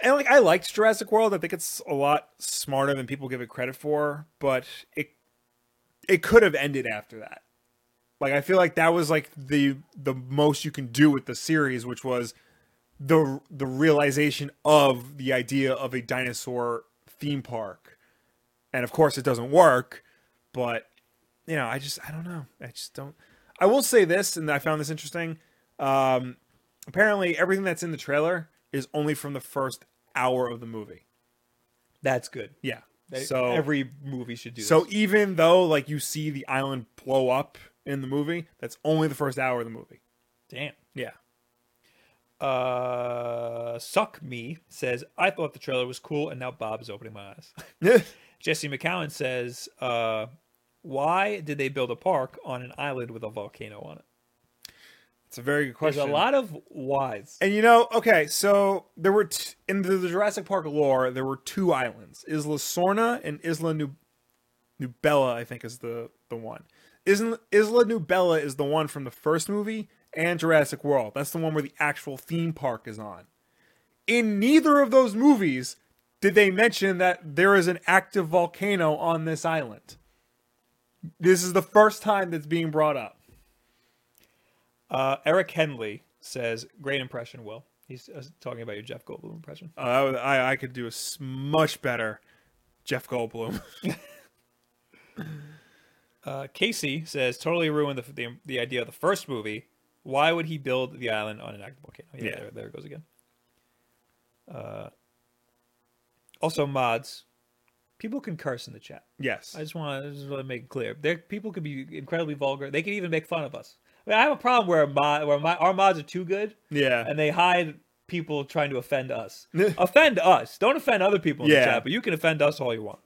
And like I liked Jurassic World. I think it's a lot smarter than people give it credit for, but it it could have ended after that. Like I feel like that was like the the most you can do with the series, which was the the realization of the idea of a dinosaur theme park. And of course it doesn't work, but you know, I just I don't know. I just don't I will say this and I found this interesting. Um apparently everything that's in the trailer is only from the first hour of the movie. That's good. Yeah. They- so every movie should do. so this. even though like you see the island blow up in the movie, that's only the first hour of the movie. damn. Yeah. Uh, suck me says I thought the trailer was cool, and now Bob's opening my eyes. Jesse McCowan says, uh, "Why did they build a park on an island with a volcano on it?" it's a very good There's question. a lot of whys. And you know, okay, so there were t- in the, the Jurassic Park lore, there were two islands: Isla Sorna and Isla Nu- Nubella. I think is the the one. Isn't Isla Nubella is the one from the first movie and Jurassic World. That's the one where the actual theme park is on. In neither of those movies did they mention that there is an active volcano on this island. This is the first time that's being brought up. Uh, Eric Henley says, "Great impression, Will." He's uh, talking about your Jeff Goldblum impression. Uh, that was- I, I could do a s- much better Jeff Goldblum. Uh, Casey says, "Totally ruined the, the the idea of the first movie. Why would he build the island on an active volcano?" Yeah, Yeah. There, there it goes again. Uh, also, mods. People can curse in the chat. yes. I just want to make it clear. There, people could be incredibly vulgar. They can even make fun of us. I, mean, I have a problem where mod, where my, our mods are too good, yeah. and they hide people trying to offend us. offend us. Don't offend other people in Yeah. the chat, but you can offend us all you want.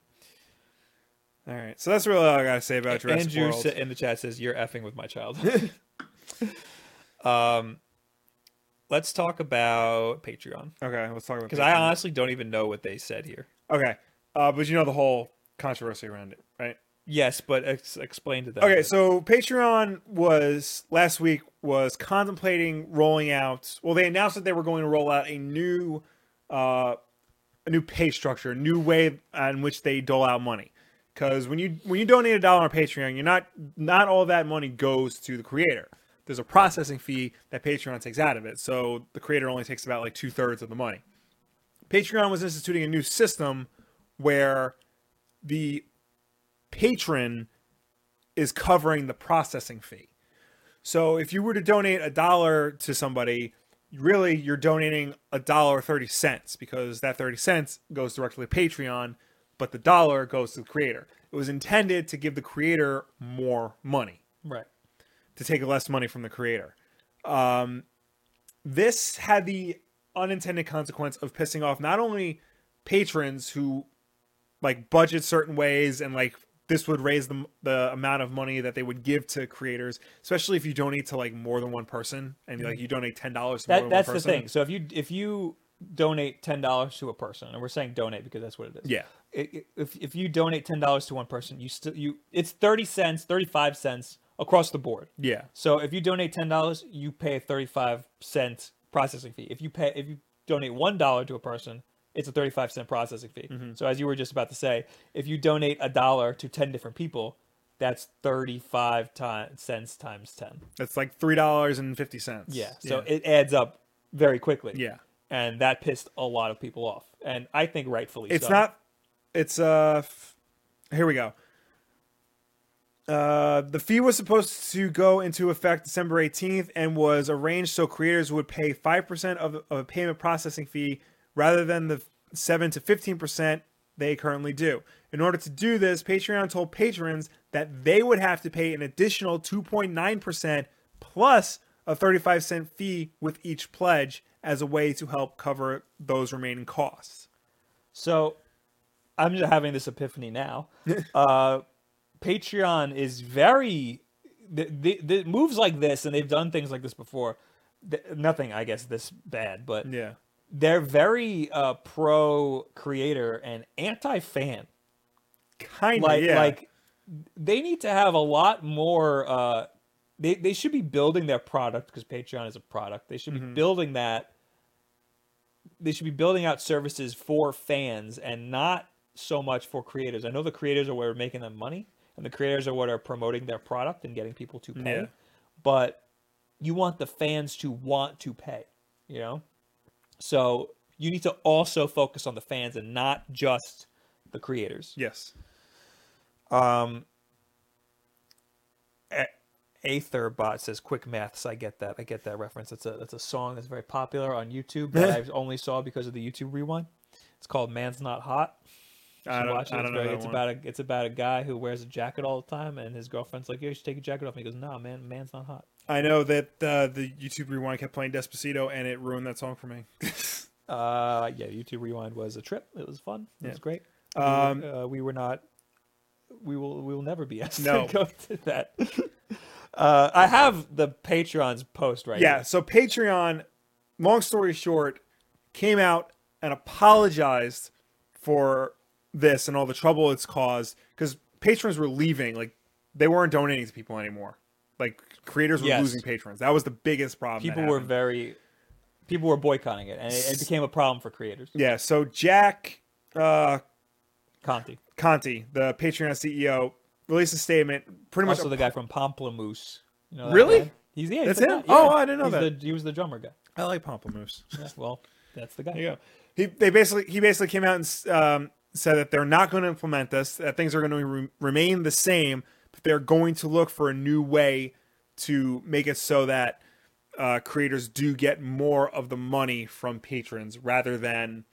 All right. So that's really all I got to say about Jurassic Andrew World. sa- in the chat says, "You're effing with my child." um, let's talk about Patreon okay, let's talk about because I honestly don't even know what they said here. Okay. Uh, but you know the whole controversy around it, right? Yes, but ex- explain to them. Okay, that- so Patreon was last week was contemplating rolling out. Well, they announced that they were going to roll out a new, uh, a new pay structure, a new way in which they dole out money. Because when you when you donate a dollar on Patreon, you're not not all that money goes to the creator. There's a processing fee that Patreon takes out of it, so the creator only takes about like two thirds of the money. Patreon was instituting a new system where the patron is covering the processing fee. So if you were to donate a dollar to somebody, really you're donating a dollar thirty cents because that thirty cents goes directly to Patreon, but the dollar goes to the creator. It was intended to give the creator more money right. to take less money from the creator. Um, this had the unintended consequence of pissing off not only patrons who like budget certain ways and like this would raise the, the amount of money that they would give to creators, especially if you donate to like more than one person and like you donate ten dollars to more That than that's one the person. thing. So if you if you donate ten dollars to a person, and we're saying donate because that's what it is. Yeah. I- i- If if you donate ten dollars to one person, you still you it's thirty cents, thirty five cents across the board. Yeah. So if you donate ten dollars, you pay a thirty-five cent processing fee. If you pay if you donate one dollar to a person, it's a thirty-five cent processing fee. Mm-hmm. So as you were just about to say, if you donate a dollar to ten different people, that's thirty-five ti- cents times ten. That's like three dollars and fifty cents. Yeah. So it adds up very quickly. Yeah. And that pissed a lot of people off, and I think rightfully. It's so. not. It's uh. f- Here we go. Uh, the fee was supposed to go into effect December 18th and was arranged so creators would pay 5% of, of a payment processing fee rather than the 7 to 15% they currently do. In order to do this, Patreon told patrons that they would have to pay an additional 2.9% plus a 35 cent fee with each pledge as a way to help cover those remaining costs. So I'm just having this epiphany now. uh, Patreon is very the, the, the moves like this, and they've done things like this before. Th- nothing, I guess, this bad, but Yeah. they're very uh, pro creator and anti fan. Kind of, Like yeah. like they need to have a lot more. Uh, they they should be building their product because Patreon is a product. They should Mm-hmm. be building that. They should be building out services for fans and not so much for creators. I know the creators are where we're making them money, and the creators are what are promoting their product and getting people to pay. Yeah. But you want the fans to want to pay, you know? So you need to also focus on the fans and not just the creators. yes. Um A- Aetherbot says quick maths. I get that. I get that reference. It's a that's a song that's very popular on YouTube that I only saw because of the YouTube rewind. It's called Man's Not Hot. You I should don't, watch it. I It's, don't know. very- that it's one. about a it's about a guy who wears a jacket all the time and his girlfriend's like, Yeah, you should take your jacket off. And he goes, Nah, man, man's not hot. I know that uh, the YouTube rewind kept playing Despacito, and it ruined that song for me. Uh, yeah, YouTube Rewind was a trip. It was fun. It Yeah. was great. Um, we, were, uh, we were not. We will. We will never be asked No. to go to that. uh, I have the Patreon's post right. yeah. So Patreon, long story short, came out and apologized for this and all the trouble it's caused because patrons were leaving. Like they weren't donating to people anymore. Like creators were Yes. losing patrons. That was the biggest problem. here. that people were happened. very. People were boycotting it, and it, it became a problem for creators. yeah. So Jack uh, Conti, Conti, the Patreon CEO, released a statement. Pretty much also the guy from Pomplamoose. You know that Really? guy? He's yeah. he's That's the him? guy, yeah. Oh, I didn't know He's that. the- he was the drummer guy. I like Pomplamoose. Yeah, well, that's the guy. There you go. He they basically he basically came out and s- um, said that they're not going to implement this. That things are going to re- remain the same, but they're going to look for a new way to make it so that uh, creators do get more of the money from patrons rather than,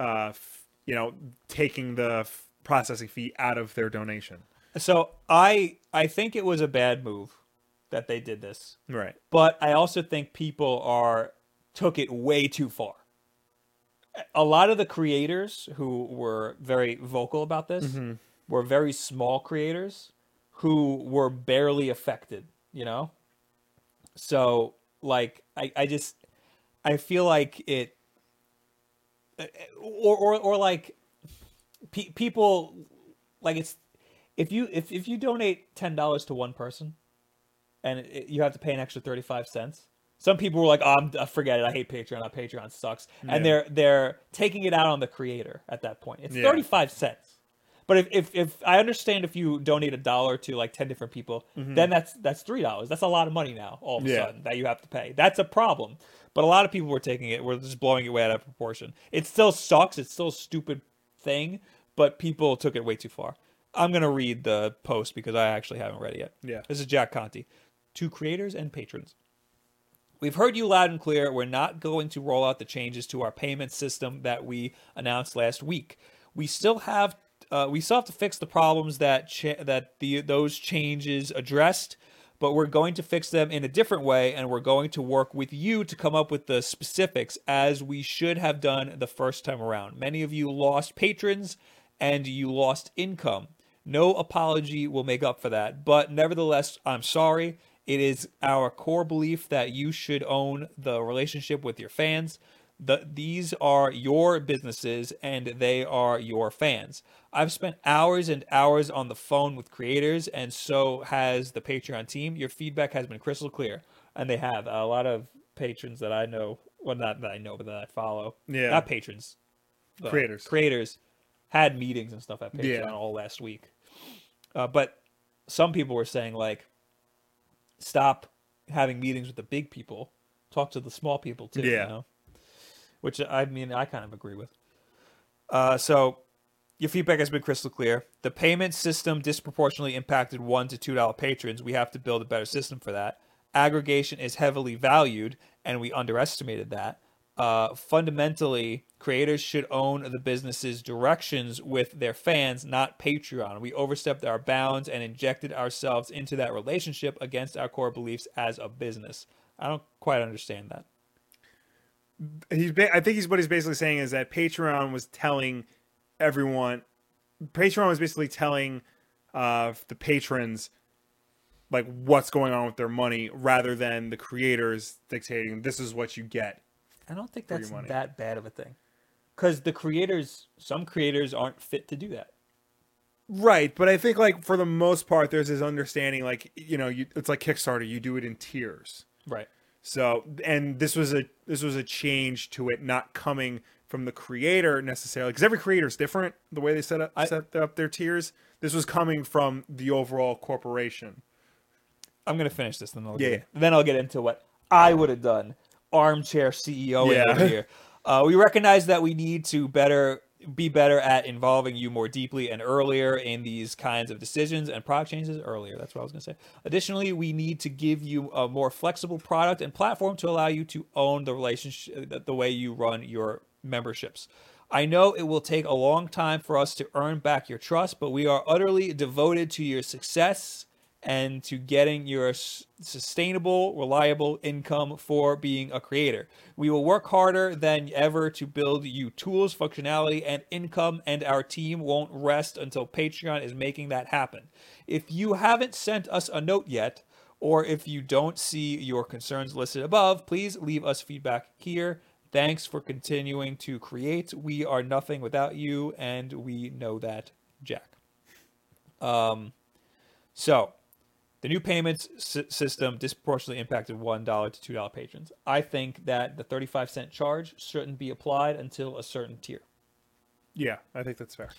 uh, f- you know, taking the f- processing fee out of their donation. So I I think it was a bad move that they did this. Right. but I also think people are took it way too far. A lot of the creators who were very vocal about this Mm-hmm. were very small creators who were barely affected, you know? So like I, I just I feel like it uh, or or, or like pe- people like it's if you if, if you donate ten dollars to one person and it, it- you have to pay an extra 35 cents some people were like oh, I'm, uh, forget it i hate patreon uh, patreon sucks and they're they're taking it out on the creator at that point it's Yeah. 35 cents but if, if, if i understand if you donate a dollar to like 10 different people then that's that's three dollars that's a lot of money now all of a Yeah. sudden that you have to pay that's a problem but a lot of people were taking it were just blowing it way out of proportion it still sucks it's still a stupid thing but people took it way too far i'm going to read the post because i actually haven't read it yet Yeah. this is Jack Conti. To creators and patrons. We've heard you loud and clear. We're not going to roll out the changes to our payment system that we announced last week. We still have uh, we still have to fix the problems that cha- that the those changes addressed, but we're going to fix them in a different way, and we're going to work with you to come up with the specifics as we should have done the first time around. Many of you lost patrons, and you lost income. No apology will make up for that, but nevertheless, I'm sorry. It is our core belief that you should own the relationship with your fans. The, these are your businesses and they are your fans. I've spent hours and hours on the phone with creators, and so has the Patreon team. Your feedback has been crystal clear, and they have a lot of patrons that I know. Well, not that I know, but that I follow. Yeah. not patrons, uh, Creators. creators had meetings and stuff at Patreon Yeah. all last week. Uh, but some people were saying like, stop having meetings with the big people, talk to the small people too. Yeah. You know? Which I mean, I kind of agree with. Uh, so your feedback has been crystal clear. The payment system disproportionately impacted one to two dollar patrons. We have to build a better system for that. Aggregation is heavily valued, and we underestimated that. Uh, fundamentally, creators should own the business's directions with their fans, not Patreon. We overstepped our bounds and injected ourselves into that relationship against our core beliefs as a business. I don't quite understand that. he's ba- I think he's what he's basically saying is that Patreon was telling everyone Patreon was basically telling uh the patrons like what's going on with their money rather than the creators dictating this is what you get I don't think your that's money. that bad of a thing, because the creators, some creators aren't fit to do that. Right, but I think like for the most part, there's this understanding like you know you, it's like Kickstarter, you do it in tiers. Right. So and this was a this was a change to it not coming from the creator necessarily because every creator is different the way they set up set up their tiers. This was coming from the overall corporation. I'm gonna finish this, then I'll Yeah, get, then I'll get into what I would have done. Armchair CEO Yeah. over here. Uh, we recognize that we need to better be better at involving you more deeply and earlier in these kinds of decisions and product changes earlier. That's what I was gonna say. Additionally, we need to give you a more flexible product and platform to allow you to own the relationship, the- the way you run your memberships. I know it will take a long time for us to earn back your trust, but we are utterly devoted to your success and to getting your s- sustainable, reliable income for being a creator. We will work harder than ever to build you tools, functionality, and income, and our team won't rest until Patreon is making that happen. If you haven't sent us a note yet, or if you don't see your concerns listed above, please leave us feedback here. Thanks for continuing to create. We are nothing without you, and we know that, Jack. So, the new payments sy- system disproportionately impacted one dollar to two dollar patrons. I think that the thirty five cent charge shouldn't be applied until a certain tier. Yeah, I think that's fair.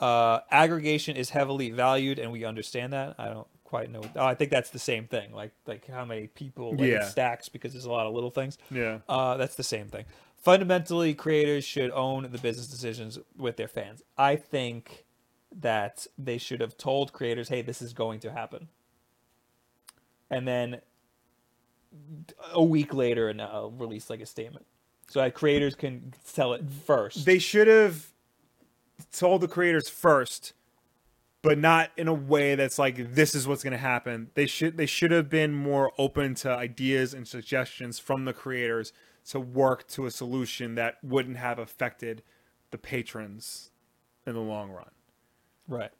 Uh, aggregation is heavily valued, and we understand that. I don't quite know. Oh, I think that's the same thing. Like like how many people like, it Yeah. stacks because there's a lot of little things. Yeah. Uh, that's the same thing. Fundamentally, creators should own the business decisions with their fans. I think that they should have told creators, "Hey, this is going to happen," and then a week later, and uh, release like a statement so that creators can sell it first. They should have told the creators first, but not in a way that's like this is what's going to happen. They should they should have been more open to ideas and suggestions from the creators to work to a solution that wouldn't have affected the patrons in the long run. right.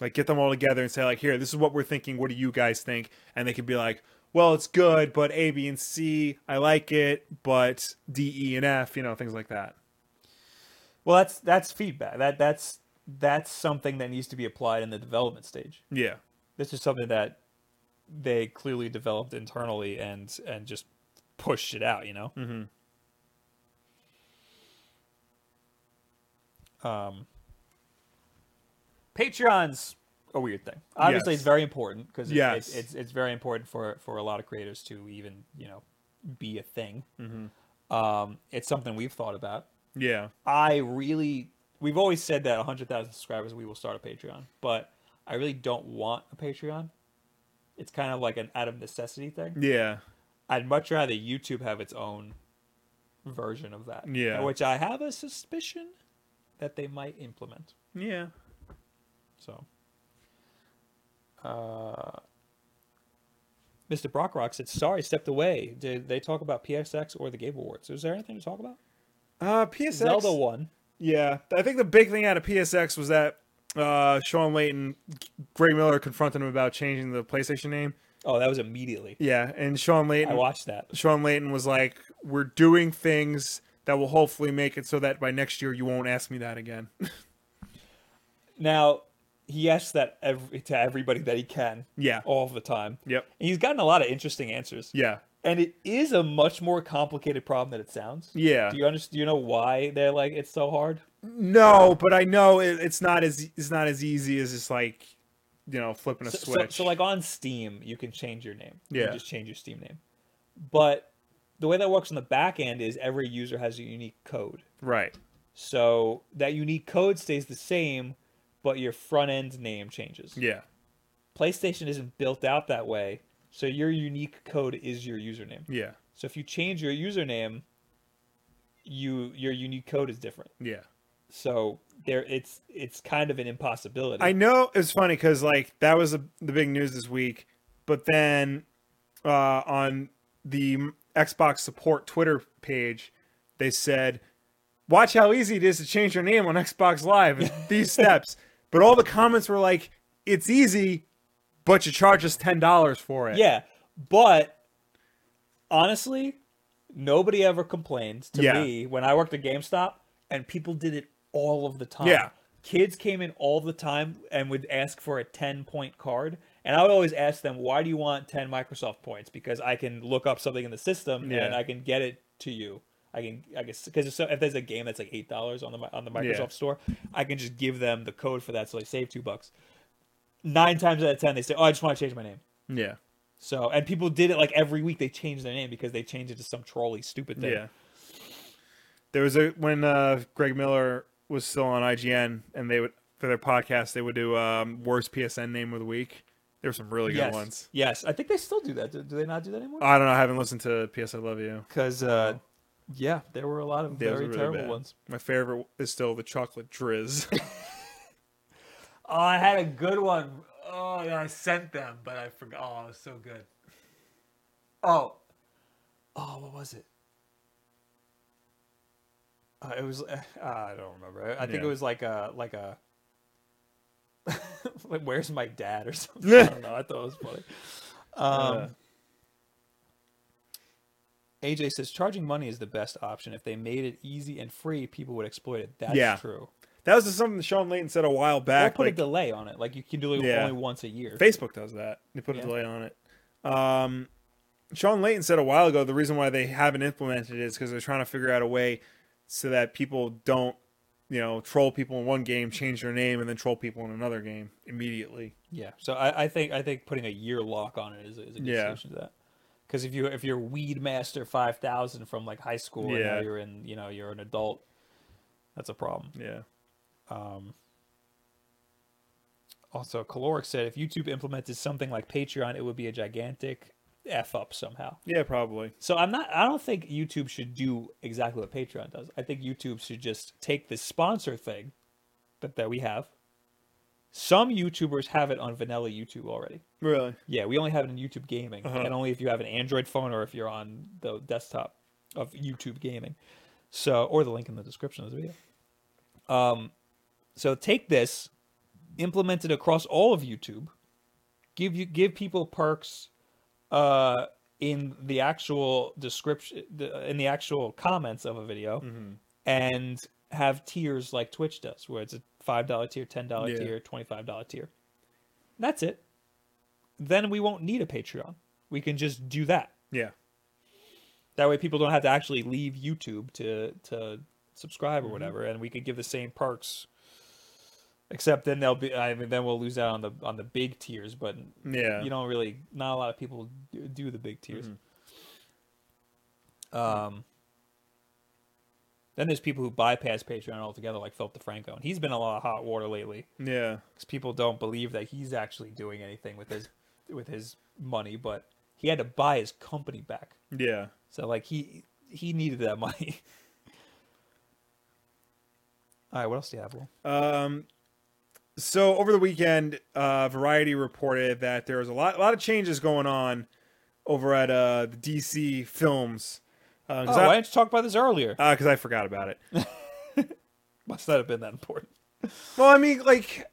Like get them all together and say like, here, this is what we're thinking. What do you guys think? And they could be like, well, it's good, but A, B, and C, I like it, but D, E, and F, you know, things like that. Well, that's that's feedback. That that's that's something that needs to be applied in the development stage. Yeah. this is something that they clearly developed internally and and just pushed it out you know mm-hmm. Mm-hmm. um patreon's a weird thing obviously Yes. it's very important because it's, Yes. it's, it's it's very important for for a lot of creators to even you know be a thing Mm-hmm. um it's something we've thought about Yeah. I really we've always said that 100,000 subscribers we will start a Patreon, but I really don't want a Patreon. It's kind of like an out of necessity thing. Yeah. I'd much rather YouTube have its own version of that. Yeah. Which I have a suspicion that they might implement. Yeah. So uh Mr. Brockrock said, sorry, stepped away. Did they talk about PSX or the Game Awards? Is there anything to talk about? Uh, PSX. Zelda won. Yeah, I think the big thing out of PSX was that uh, Sean Layton, Greg Miller confronted him about changing the PlayStation name. Oh, that was immediately. Yeah, and Sean I Layton, watched that. Sean Layton was like, "We're doing things that will hopefully make it so that by next year you won't ask me that again." Now, he asks that every, to everybody that he can. Yeah. All the time. Yep. And he's gotten a lot of interesting answers. yeah, And it is a much more complicated problem than it sounds. yeah. Do you understand? Do you know why they're like it's so hard? No, but I know it, it's not as it's not as easy as just like you know flipping a So, so, switch. so like on Steam, you can change your name. You Yeah. can just change your Steam name. But the way that works on the back end is every user has a unique code. right, So that unique code stays the same, but your front end name changes. yeah, PlayStation isn't built out that way, so your unique code is your username. yeah, So if you change your username, you your unique code is different. yeah. So there it's it's kind of an impossibility. I know it's funny because like that was a, the big news this week, but then uh, on the Xbox support Twitter page, they said, "Watch how easy it is to change your name on Xbox Live. in These steps." But all the comments were like, "It's easy, but you charge us ten dollars for it." yeah, but honestly, Nobody ever complains to Yeah. me when I worked at GameStop, and people did it all of the time. Yeah. Kids came in all the time and would ask for a 10 point card. And I would always ask them, why do you want 10 Microsoft points? Because I can look up something in the system and Yeah. I can get it to you. I can, I guess, because if, so, if there's a game that's like eight dollars on the mi- on the Microsoft Store, I can just give them the code for that, so they save two bucks. Nine times out of ten, they say, "Oh, I just want to change my name." Yeah. So, and people did it like every week. They changed their name because they changed it to some trolley stupid thing. Yeah. There was a when uh, Greg Miller was still on IGN, and they would for their podcast they would do um, worst PSN name of the week. There were some really good yes. ones. Uh, Yes, I think they still do that. Do, do they not do that anymore? I don't know. I haven't listened to PS I Love You. Because, uh, yeah, there were a lot of Those are very really terrible bad. ones. My favorite is still the chocolate drizz. Oh, I had a good one. Oh, that I sent them, but I forgot. Oh, it was so good. Oh, oh, what was it? Uh, it was uh, I don't remember. I think Yeah. it was like a like a like where's my dad or something. I don't know. I thought it was funny. Um, Uh. AJ says charging money is the best option. If they made it easy and free, people would exploit it. That's Yeah. true. that was just something Sean Layton said a while Or back. put like, a delay on it. Like you can do it Yeah. only once a year. Facebook does that. They put a Yeah. delay on it. Um, Sean Layton said a while ago the reason why they haven't implemented it is because they're trying to figure out a way so that people don't, you know, troll people in one game, change their name, and then troll people in another game immediately. Yeah. So I, I think I think putting a year lock on it is, is a good Yeah. solution to that. Because if you if you're Weed Master five thousand from like high school and now Yeah. you're in you know you're an adult, that's a problem. Yeah. Um, also, Caloric said if YouTube implemented something like Patreon, it would be a gigantic f up somehow. Yeah, probably. So I'm not. I don't think YouTube should do exactly what Patreon does. I think YouTube should just take this sponsor thing that that we have. Some YouTubers have it on vanilla YouTube already. Really? Yeah, we only have it in YouTube Gaming, Uh-huh. and only if you have an Android phone or if you're on the desktop of YouTube Gaming. So, or the link in the description of the video. Um, so take this, implement it across all of YouTube, give you give people perks, uh, in the actual description, the, in the actual comments of a video, and have tiers like Twitch does, where it's a five dollar tier, ten dollar Yeah. tier, twenty five dollar tier. That's it then we won't need a Patreon. We can just do that. Yeah. That way, people don't have to actually leave YouTube to to subscribe or whatever, and we could give the same perks. Except then they'll be. I mean, then we'll lose out on the on the big tiers, but Yeah. you don't really. Not a lot of people do- do the big tiers. Um. Then there's people who bypass Patreon altogether, like Philip DeFranco, and he's been a lot of hot water lately yeah. because people don't believe that he's actually doing anything with his with his money. But he had to buy his company back, Yeah. so like he he needed that money. All right, what else do you have? Will? Um, so over the weekend, uh, Variety reported that there was a lot, a lot of changes going on over at uh, the DC Films. Uh, Oh, 'cause why I, didn't you talk about this earlier? because Uh, I forgot about it. Uh, Must not have been that important. well, I mean, like,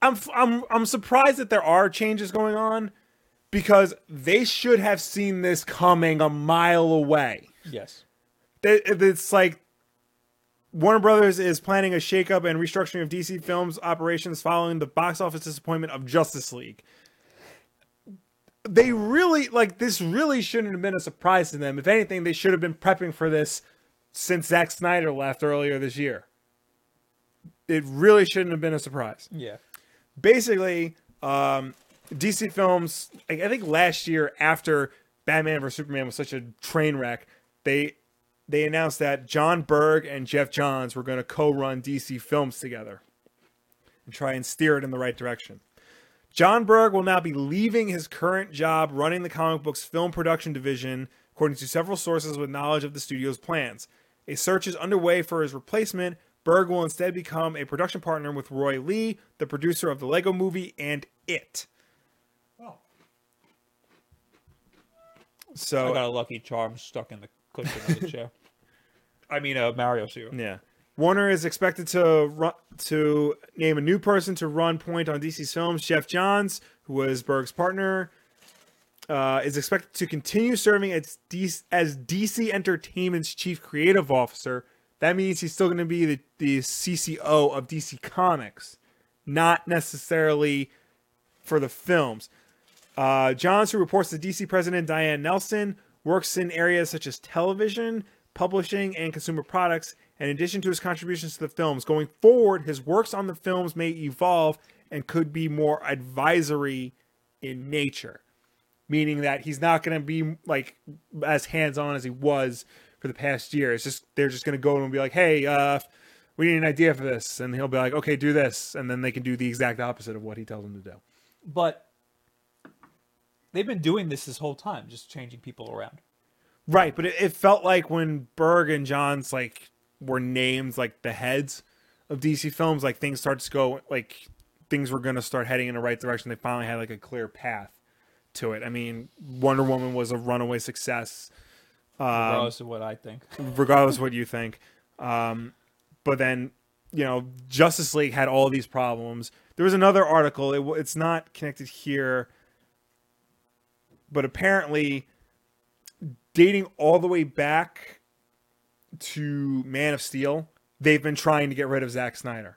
I'm f- I'm I'm surprised that there are changes going on because they should have seen this coming a mile away. Yes. They- It's like Warner Brothers is planning a shakeup and restructuring of DC Films operations following the box office disappointment of Justice League. They really like this. Really shouldn't have been a surprise to them. If anything, they should have been prepping for this since Zack Snyder left earlier this year. It really shouldn't have been a surprise Yeah. basically um, DC Films. I, I think last year after Batman vs Superman was such a train wreck, they they announced that John Berg and Jeff Johns were going to co-run DC Films together and try and steer it in the right direction. John Berg will now be leaving his current job running the comic book's film production division, according to several sources with knowledge of the studio's plans. A search is underway for his replacement. Berg will instead become a production partner with Roy Lee, the producer of the Lego movie and It. Well, I So, got a lucky charm stuck in the cushion of the chair. I mean, uh, Mario cereal. yeah. Warner is expected to run, to name a new person to run point on DC's films, Jeff Johns, who was Berg's partner. uh, is expected to continue serving as, D- as DC Entertainment's chief creative officer. That means he's still going to be the, the CCO of DC Comics, not necessarily for the films. Uh, Johns, who reports to DC President Diane Nelson, works in areas such as television, publishing, and consumer products. In addition to his contributions to the films, going forward, his works on the films may evolve and could be more advisory in nature, meaning that he's not going to be like as hands on as he was for the past year. It's just they're just going to go and be like, "Hey, uh, we need an idea for this," and he'll be like, "Okay, do this," and then they can do the exact opposite of what he tells them to do. But they've been doing this this whole time, just changing people around. Right, but it, it felt like when Berg and Johns like were named like the heads of DC films, like things started to go like things were gonna start heading in the right direction. They finally had like a clear path to it. I mean, Wonder Woman was a runaway success, Regardless of what I think. regardless of what you think. Um, but then you know, Justice League had all these problems. There was another article. It, w- it's not connected here, but apparently, dating all the way back to Man of Steel, they've been trying to get rid of Zack Snyder.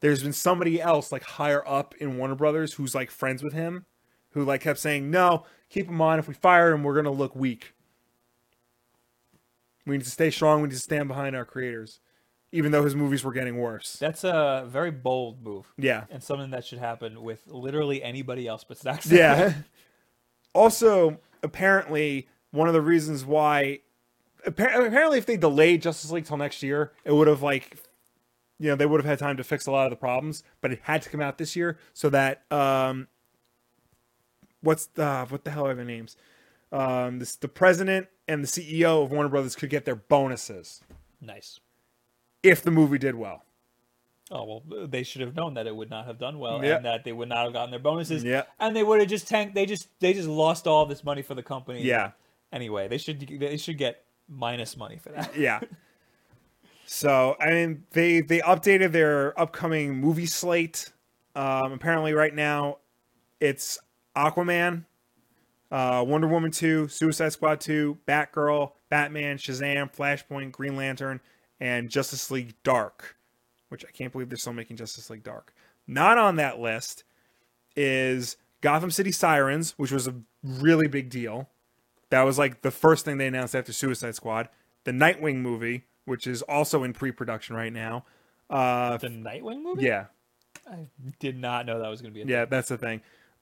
There's been somebody else like higher up in Warner Brothers who's like friends with him, who like kept saying, "No, keep him on. If we fire him, we're gonna look weak. We need to stay strong. We need to stand behind our creators, even though his movies were getting worse." That's a very bold move. Yeah. And something that should happen with literally anybody else but Zack Snyder. Yeah. also, apparently, one of the reasons why appar- apparently if they delayed Justice League till next year, it would have like you know, they would have had time to fix a lot of the problems, but it had to come out this year so that um what's the what the hell are their names? Um this the president and the CEO of Warner Brothers could get their bonuses Nice. if the movie did well. Oh well, they should have known that it would not have done well, Yeah. and that they would not have gotten their bonuses, Yeah. and they would have just tanked. They just they just lost all this money for the company. Yeah. Anyway, they should they should get minus money for that. yeah. So I mean, they they updated their upcoming movie slate. Um, apparently, right now, it's Aquaman, uh, Wonder Woman two, Suicide Squad two, Batgirl, Batman, Shazam, Flashpoint, Green Lantern, and Justice League Dark. Which I can't believe they're still making Justice League Dark. Not on that list is Gotham City Sirens, which was a really big deal. That was like the first thing they announced after Suicide Squad. The Nightwing movie, which is also in pre-production right now. Uh, The Nightwing movie. yeah, I did not know that was going to be. A yeah, that's the thing.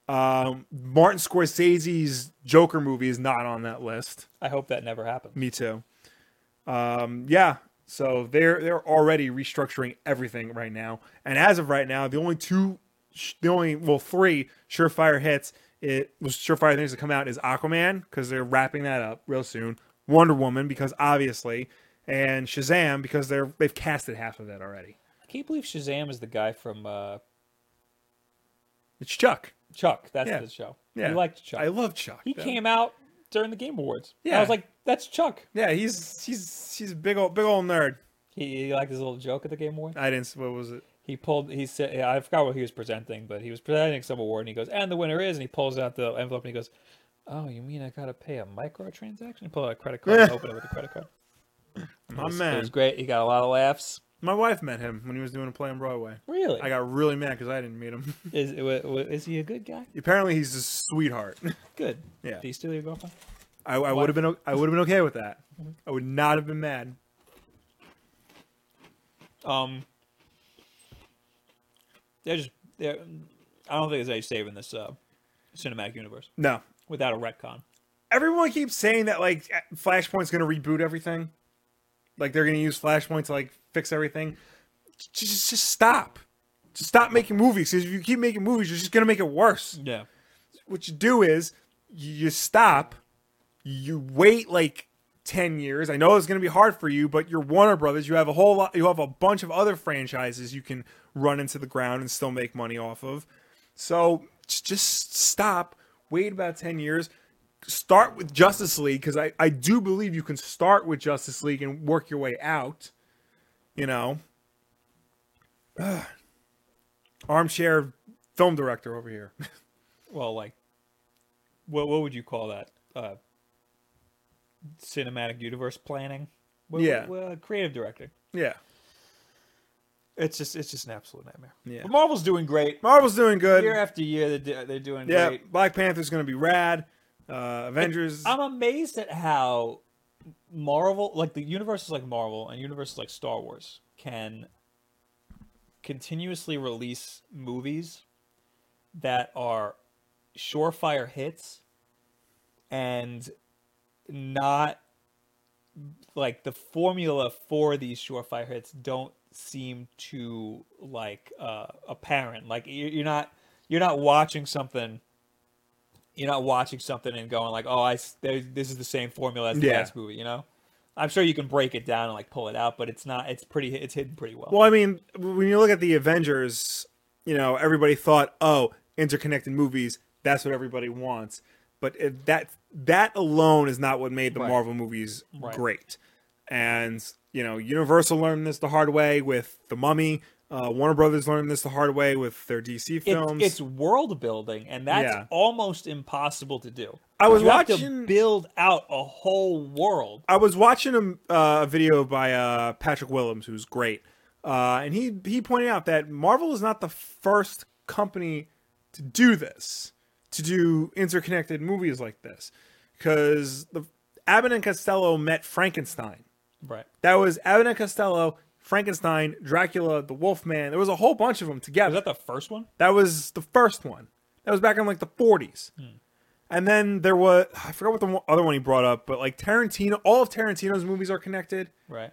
Um, Martin Scorsese's Joker movie is not on that list. I hope that never happens. Me too. Um, yeah. So they're they're already restructuring everything right now, and as of right now, the only two, sh- the only well three surefire hits, it was surefire things to come out is Aquaman because they're wrapping that up real soon, Wonder Woman because obviously, and Shazam because they're they've casted half of that already. I can't believe Shazam is the guy from uh, It's Chuck. Chuck. That's Yeah. the show. Yeah, You liked Chuck. I love Chuck. he though. came out during the Game Awards. I Yeah. was like, that's Chuck. Yeah, he's he's he's a big old big old nerd. He, he liked his little joke at the Game Awards. I didn't. s- What was it? he pulled he said i forgot what he was presenting but he was presenting some award and he goes and the winner is and he pulls out the envelope and he goes oh you mean i gotta pay a microtransaction pull out a credit card and open it with a credit card My it was, it man. was great he got a lot of laughs My wife met him when he was doing a play on Broadway. really I got really mad because I didn't meet him. is, wa- wa- is he a good guy Apparently, he's a sweetheart. good Yeah. do you steal your girlfriend I, I would have been o- I would have been okay with that. I would not have been mad. um they're just they're i don't think there's any saving this uh cinematic universe No, without a retcon everyone keeps saying that like Flashpoint's going to reboot everything. Like they're going to use Flashpoint to like fix everything. Just just, just stop. Just stop making movies. 'cause if you keep making movies, you're just going to make it worse. yeah what you do is you you stop, you wait like 10 years. I know it's going to be hard for you, but you're Warner Brothers. You have a whole lot, you have a bunch of other franchises you can run into the ground and still make money off of. So j- just stop, wait about 10 years, start with Justice League because I, I do believe you can start with Justice League and work your way out, you know. Ugh. Armchair film director over here. well like what what would you call that? Uh, cinematic universe planning. What- Yeah. what- what- creative directing. Yeah. It's just it's just an absolute nightmare. Yeah. But Marvel's doing great. Marvel's doing good. Year after year, they're, do- they're doing yeah. great. Black Panther's going to be rad. Uh, Avengers. I'm amazed at how Marvel, like the universes like Marvel and universes like Star Wars, can continuously release movies that are surefire hits and not like the formula for these surefire hits don't seem too like uh, apparent. Like you- you're not you're not watching something you're not watching something and going like, oh, I s- there- this is the same formula as the Yeah. last movie. You know, I'm sure you can break it down and like pull it out, but it's not. It's pretty. It's hidden pretty well. Well, I mean, when you look at the Avengers, you know, everybody thought, "Oh, interconnected movies, that's what everybody wants." But it, that that alone is not what made the Right. Marvel movies Right. great. And, you know, Universal learned this the hard way with The Mummy. Uh, Warner Brothers learned this the hard way with their DC It- films. it's world building, and that's Yeah. almost impossible to do. I was You have to watching- build out a whole world. I was watching a, uh, a video by uh, Patrick Willems, who's great, uh, and he he pointed out that Marvel is not the first company to do this, to do interconnected movies like this, because the Abbott and Costello met Frankenstein. Right. That was Abbott and Costello, Frankenstein, Dracula, the Wolfman. There was a whole bunch of them Was together. that the first one? That was the first one. That was back in like the 40s. And then there was I forgot what the one- other one he brought up, but like Tarantino, all of Tarantino's movies are connected. Right.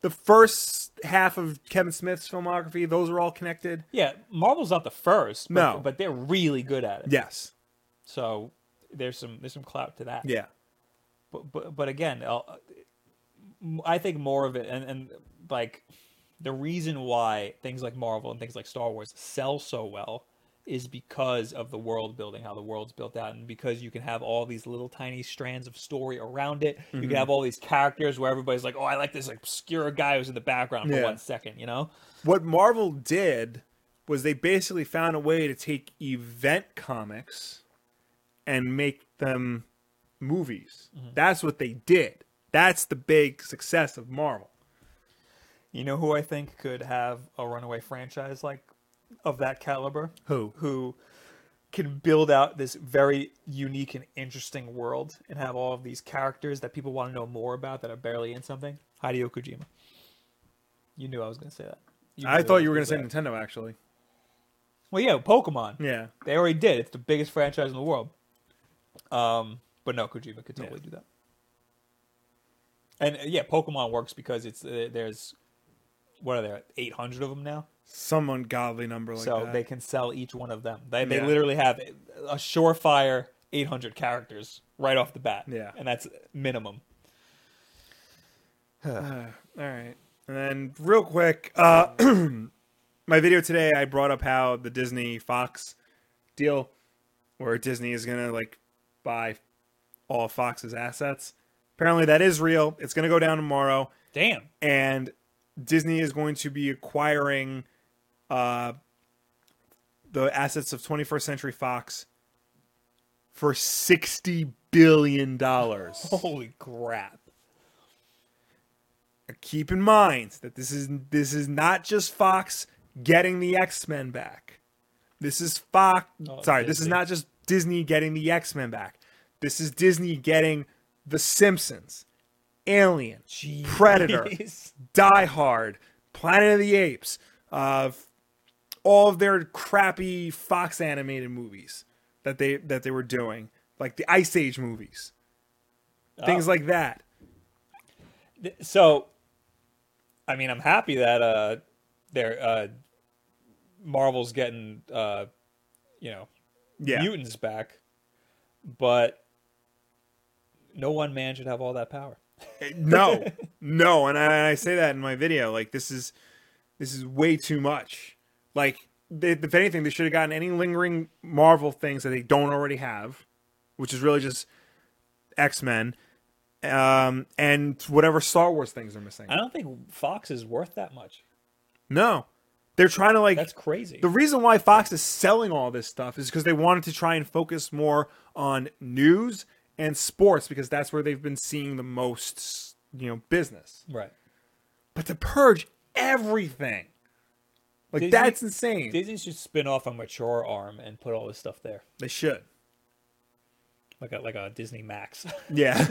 The first half of Kevin Smith's filmography, those are all connected. Yeah, Marvel's not the first. But, No. but they're really good at it. Yes. So there's some there's some clout to that. Yeah. but but, but again, I'll- I think more of it, and and like the reason why things like Marvel and things like Star Wars sell so well is because of the world building, how the world's built out, and because you can have all these little tiny strands of story around it. Mm-hmm. You can have all these characters where everybody's like, "Oh, I like this obscure guy who's in the background for Yeah. one second, you know? What Marvel did was they basically found a way to take event comics and make them movies. That's what they did. That's the big success of Marvel. You know who I think could have a runaway franchise like of that caliber? Who? Who can build out this very unique and interesting world and have all of these characters that people want to know more about that are barely in something? Hideo Kojima. You knew I was going to say that. You I knew thought was you were going gonna to say that. Nintendo actually. Well, yeah, Pokemon. Yeah. They already did. It's the biggest franchise in the world. Um, but no, Kojima could totally do that. And uh, yeah, Pokemon works because it's uh, there's what are there 800 of them now, some ungodly number like so that. they can sell each one of them. They they Yeah. literally have a surefire 800 characters right off the bat. Yeah. and that's minimum. All right. And then real quick, uh, my video today I brought up how the Disney Fox deal, where Disney is gonna like buy all Fox's assets. Apparently that is real. It's gonna go down tomorrow, Damn. and Disney is going to be acquiring uh, the assets of 21st Century Fox for 60 billion dollars. Holy crap. keep in mind that this is this is not just Fox getting the X-Men back. This is Fox Oh, sorry, this is Disney. not just Disney getting the X-Men back. This is Disney getting The Simpsons, Alien, Predator, Jeez. Die Hard, Planet of the Apes, uh, all of their crappy Fox animated movies that they that they were doing, like the Ice Age movies. Ah. Things like that. Th- so i mean i'm happy that uh they're uh marvel's getting uh you know Yeah. mutants back but no one man should have all that power no no and I, and I say that in my video like this is this is way too much like they, if anything they should have gotten any lingering marvel things that they don't already have which is really just x-men um and whatever star wars things are missing i don't think fox is worth that much no They're trying to like That's crazy. the reason why Fox is selling all this stuff is because they wanted to try and focus more on news and sports because that's where they've been seeing the most, you know, business. right. But to purge everything, like Disney- that's insane. Disney should spin off a mature arm and put all this stuff there, they should. like a like a Disney Max. Yeah.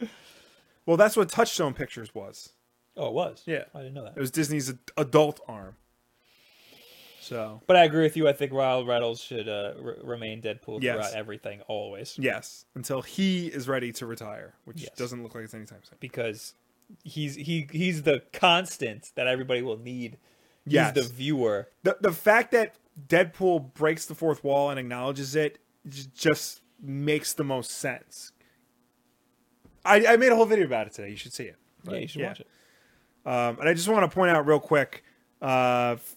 well, that's what Touchstone Pictures was. oh, it was. Yeah. I didn't know It that. was Disney's ad- adult arm. So But I agree with you. I think Ryle Reynolds should uh, r- remain Deadpool Yes. throughout everything always yes, until he is ready to retire, which Yes. doesn't look like it's anytime soon. because he's he he's the constant that everybody will need. He's Yes. the viewer. the the fact that Deadpool breaks the fourth wall and acknowledges it j- just makes the most sense. I, I made a whole video about it today. You should see it. Yeah, you should yeah. watch it. Um, and I just want to point out real quick, uh, f-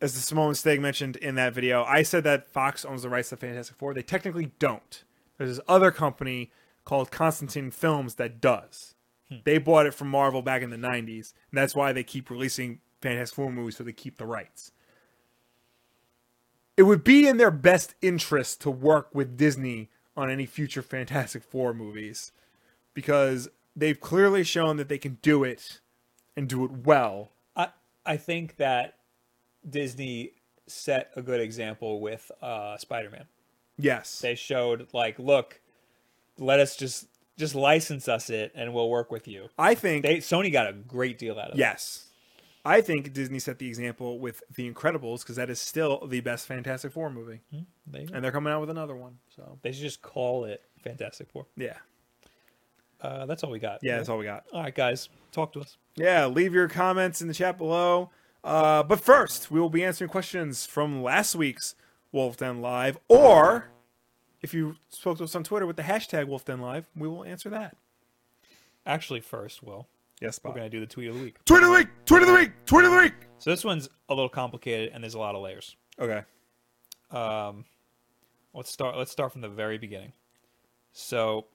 as the Simone Stig mentioned in that video, I said that Fox owns the rights to Fantastic Four. They technically don't. There's this other company called Constantine Films that does. They bought it from Marvel back in the 90s, and that's why they keep releasing Fantastic Four movies so they keep the rights. It would be in their best interest to work with Disney on any future Fantastic Four movies because they've clearly shown that they can do it and do it well. I I think that Disney set a good example with uh, Spider Man. Yes. They showed like, look, let us just just license us it, and we'll work with you. I think They Sony got a great deal out of it. yes. I think Disney set the example with The Incredibles because that is still the best Fantastic Four movie. They, And they're coming out with another one. So, they should just call it Fantastic Four. yeah. Uh, that's all we got. Yeah, that's all we got. All right, guys, talk to us. Yeah, leave your comments in the chat below. Uh, but first, we will be answering questions from last week's Wolf Den Live, or if you spoke to us on Twitter with the hashtag Wolf Den Live, we will answer that. Actually, first, Will, Yes, Bob. we're gonna do the tweet of the week. Tweet of the week! Tweet of the week! Tweet of the week! So this one's a little complicated, and there's a lot of layers. Okay. Um, let's start. Let's start from the very beginning. So,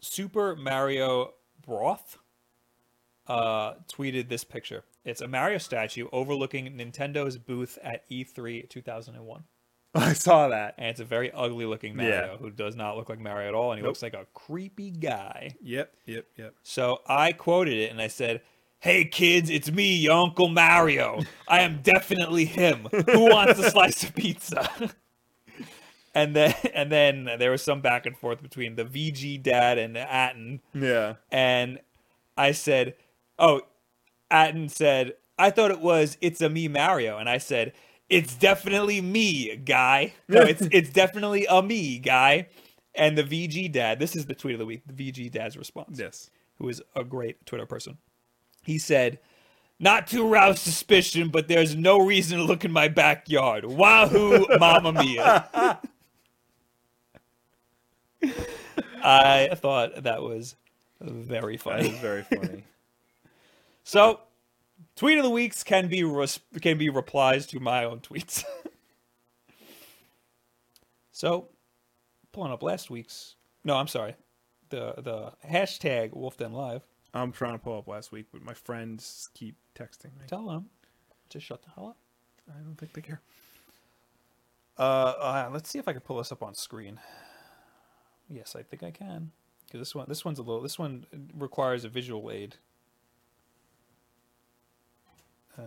Super Mario Broth uh, tweeted this picture. It's a Mario statue overlooking Nintendo's booth at E E3 2001, I saw that. and it's a very ugly-looking Mario Yeah. who does not look like Mario at all, and he looks like a creepy guy. Yep, yep, yep. So I quoted it and I said, Hey kids, it's me, your Uncle Mario. I am definitely him. Who wants a slice of pizza? and then and then there was some back and forth between the VG dad and Atten. Yeah. And I said, Oh, Atten said, I thought it was it's a me Mario. And I said, It's definitely me, guy. No, it's it's definitely a me, guy. And the VG dad, this is the tweet of the week, the VG dad's response Yes. who is a great Twitter person. He said, Not to rouse suspicion, but there's no reason to look in my backyard. Wahoo, Mamma Mia. I thought that was very That funny. is very funny. So, tweet of the weeks can be res- can be replies to my own tweets. so, pulling up last week's. No, I'm sorry. The the hashtag Wolf Den Live. I'm trying to pull up last week, but my friends keep texting me. Tell them to shut the hell up. I don't think they care. Uh, uh, let's see if I can pull this up on screen. Yes, I think I can. Because this one, this one's a little. This one requires a visual aid. Uh,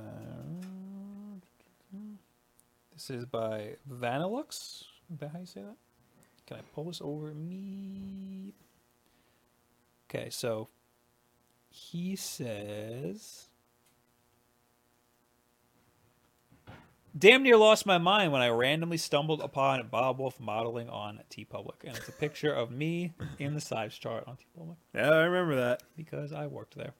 this is by Vanilux. Is that how you say that? Can I pull this over me? Okay, so he says. damn near lost my mind when I randomly stumbled upon Bob Wolf modeling on T Public, and it's a picture of me in the size chart on T Public Yeah, I remember that. because I worked there.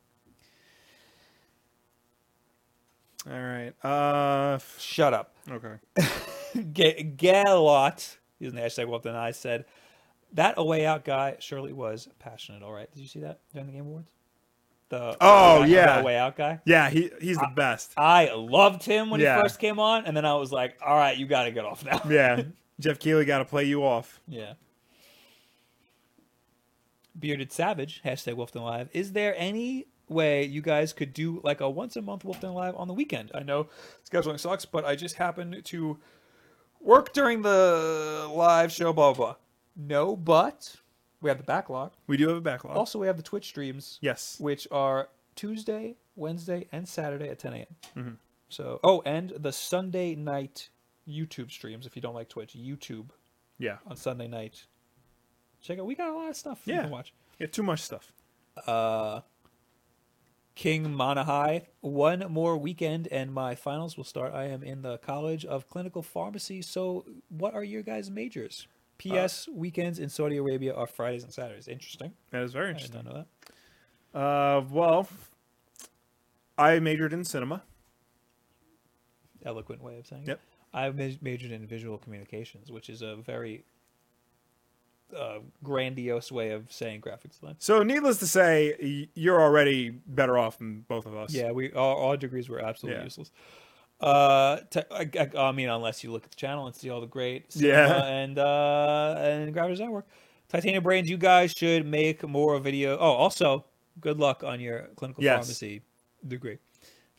All right. Uh, f- Shut up, okay. Ga- Galot. Using the hashtag Wolf and I said that a way out guy surely was passionate. All right, did you see that during the Game Awards? The Oh, the guy- yeah. the way out guy. Yeah, he he's the best. I loved him when Yeah. he first came on, and then I was like, "All right, you got to get off now." Yeah, Jeff Keighley got to play you off. Yeah. Bearded Savage, hashtag Wolfden Live. Is there any way you guys could do like a once a month Wolf Den Live on the weekend. I know scheduling sucks, but I just happened to work during the live show, blah, blah, blah. No, but we have the backlog. We do have a backlog. Also, we have the Twitch streams, yes. which are Tuesday, Wednesday, and Saturday at 10 a.m. So, oh, and the Sunday night YouTube streams, if you don't like Twitch, YouTube Yeah. on Sunday night. Check out, we got a lot of stuff you Yeah. can watch. Uh, Yeah. Too much stuff. King Monahai. One more weekend and my finals will start. I am in the College of Clinical Pharmacy. So, what are your guys' majors? Uh, P.S. weekends in Saudi Arabia are Fridays and Saturdays. Interesting. That is very I did not interesting. know that. Uh, well, I majored in cinema. Eloquent way of saying Yep. it. I've ma- majored in visual communications, which is a very uh, grandiose way of saying graphic design. So, needless to say, y- you're already better off than both of us. Yeah, we all, all degrees were absolutely Yeah. useless. Uh, te- I, I- I mean, unless you look at the channel and see all the great cinema Yeah. and uh and graphics network, Titanium Brains. You guys should make more video. Oh, also, good luck on your clinical Yes. pharmacy degree.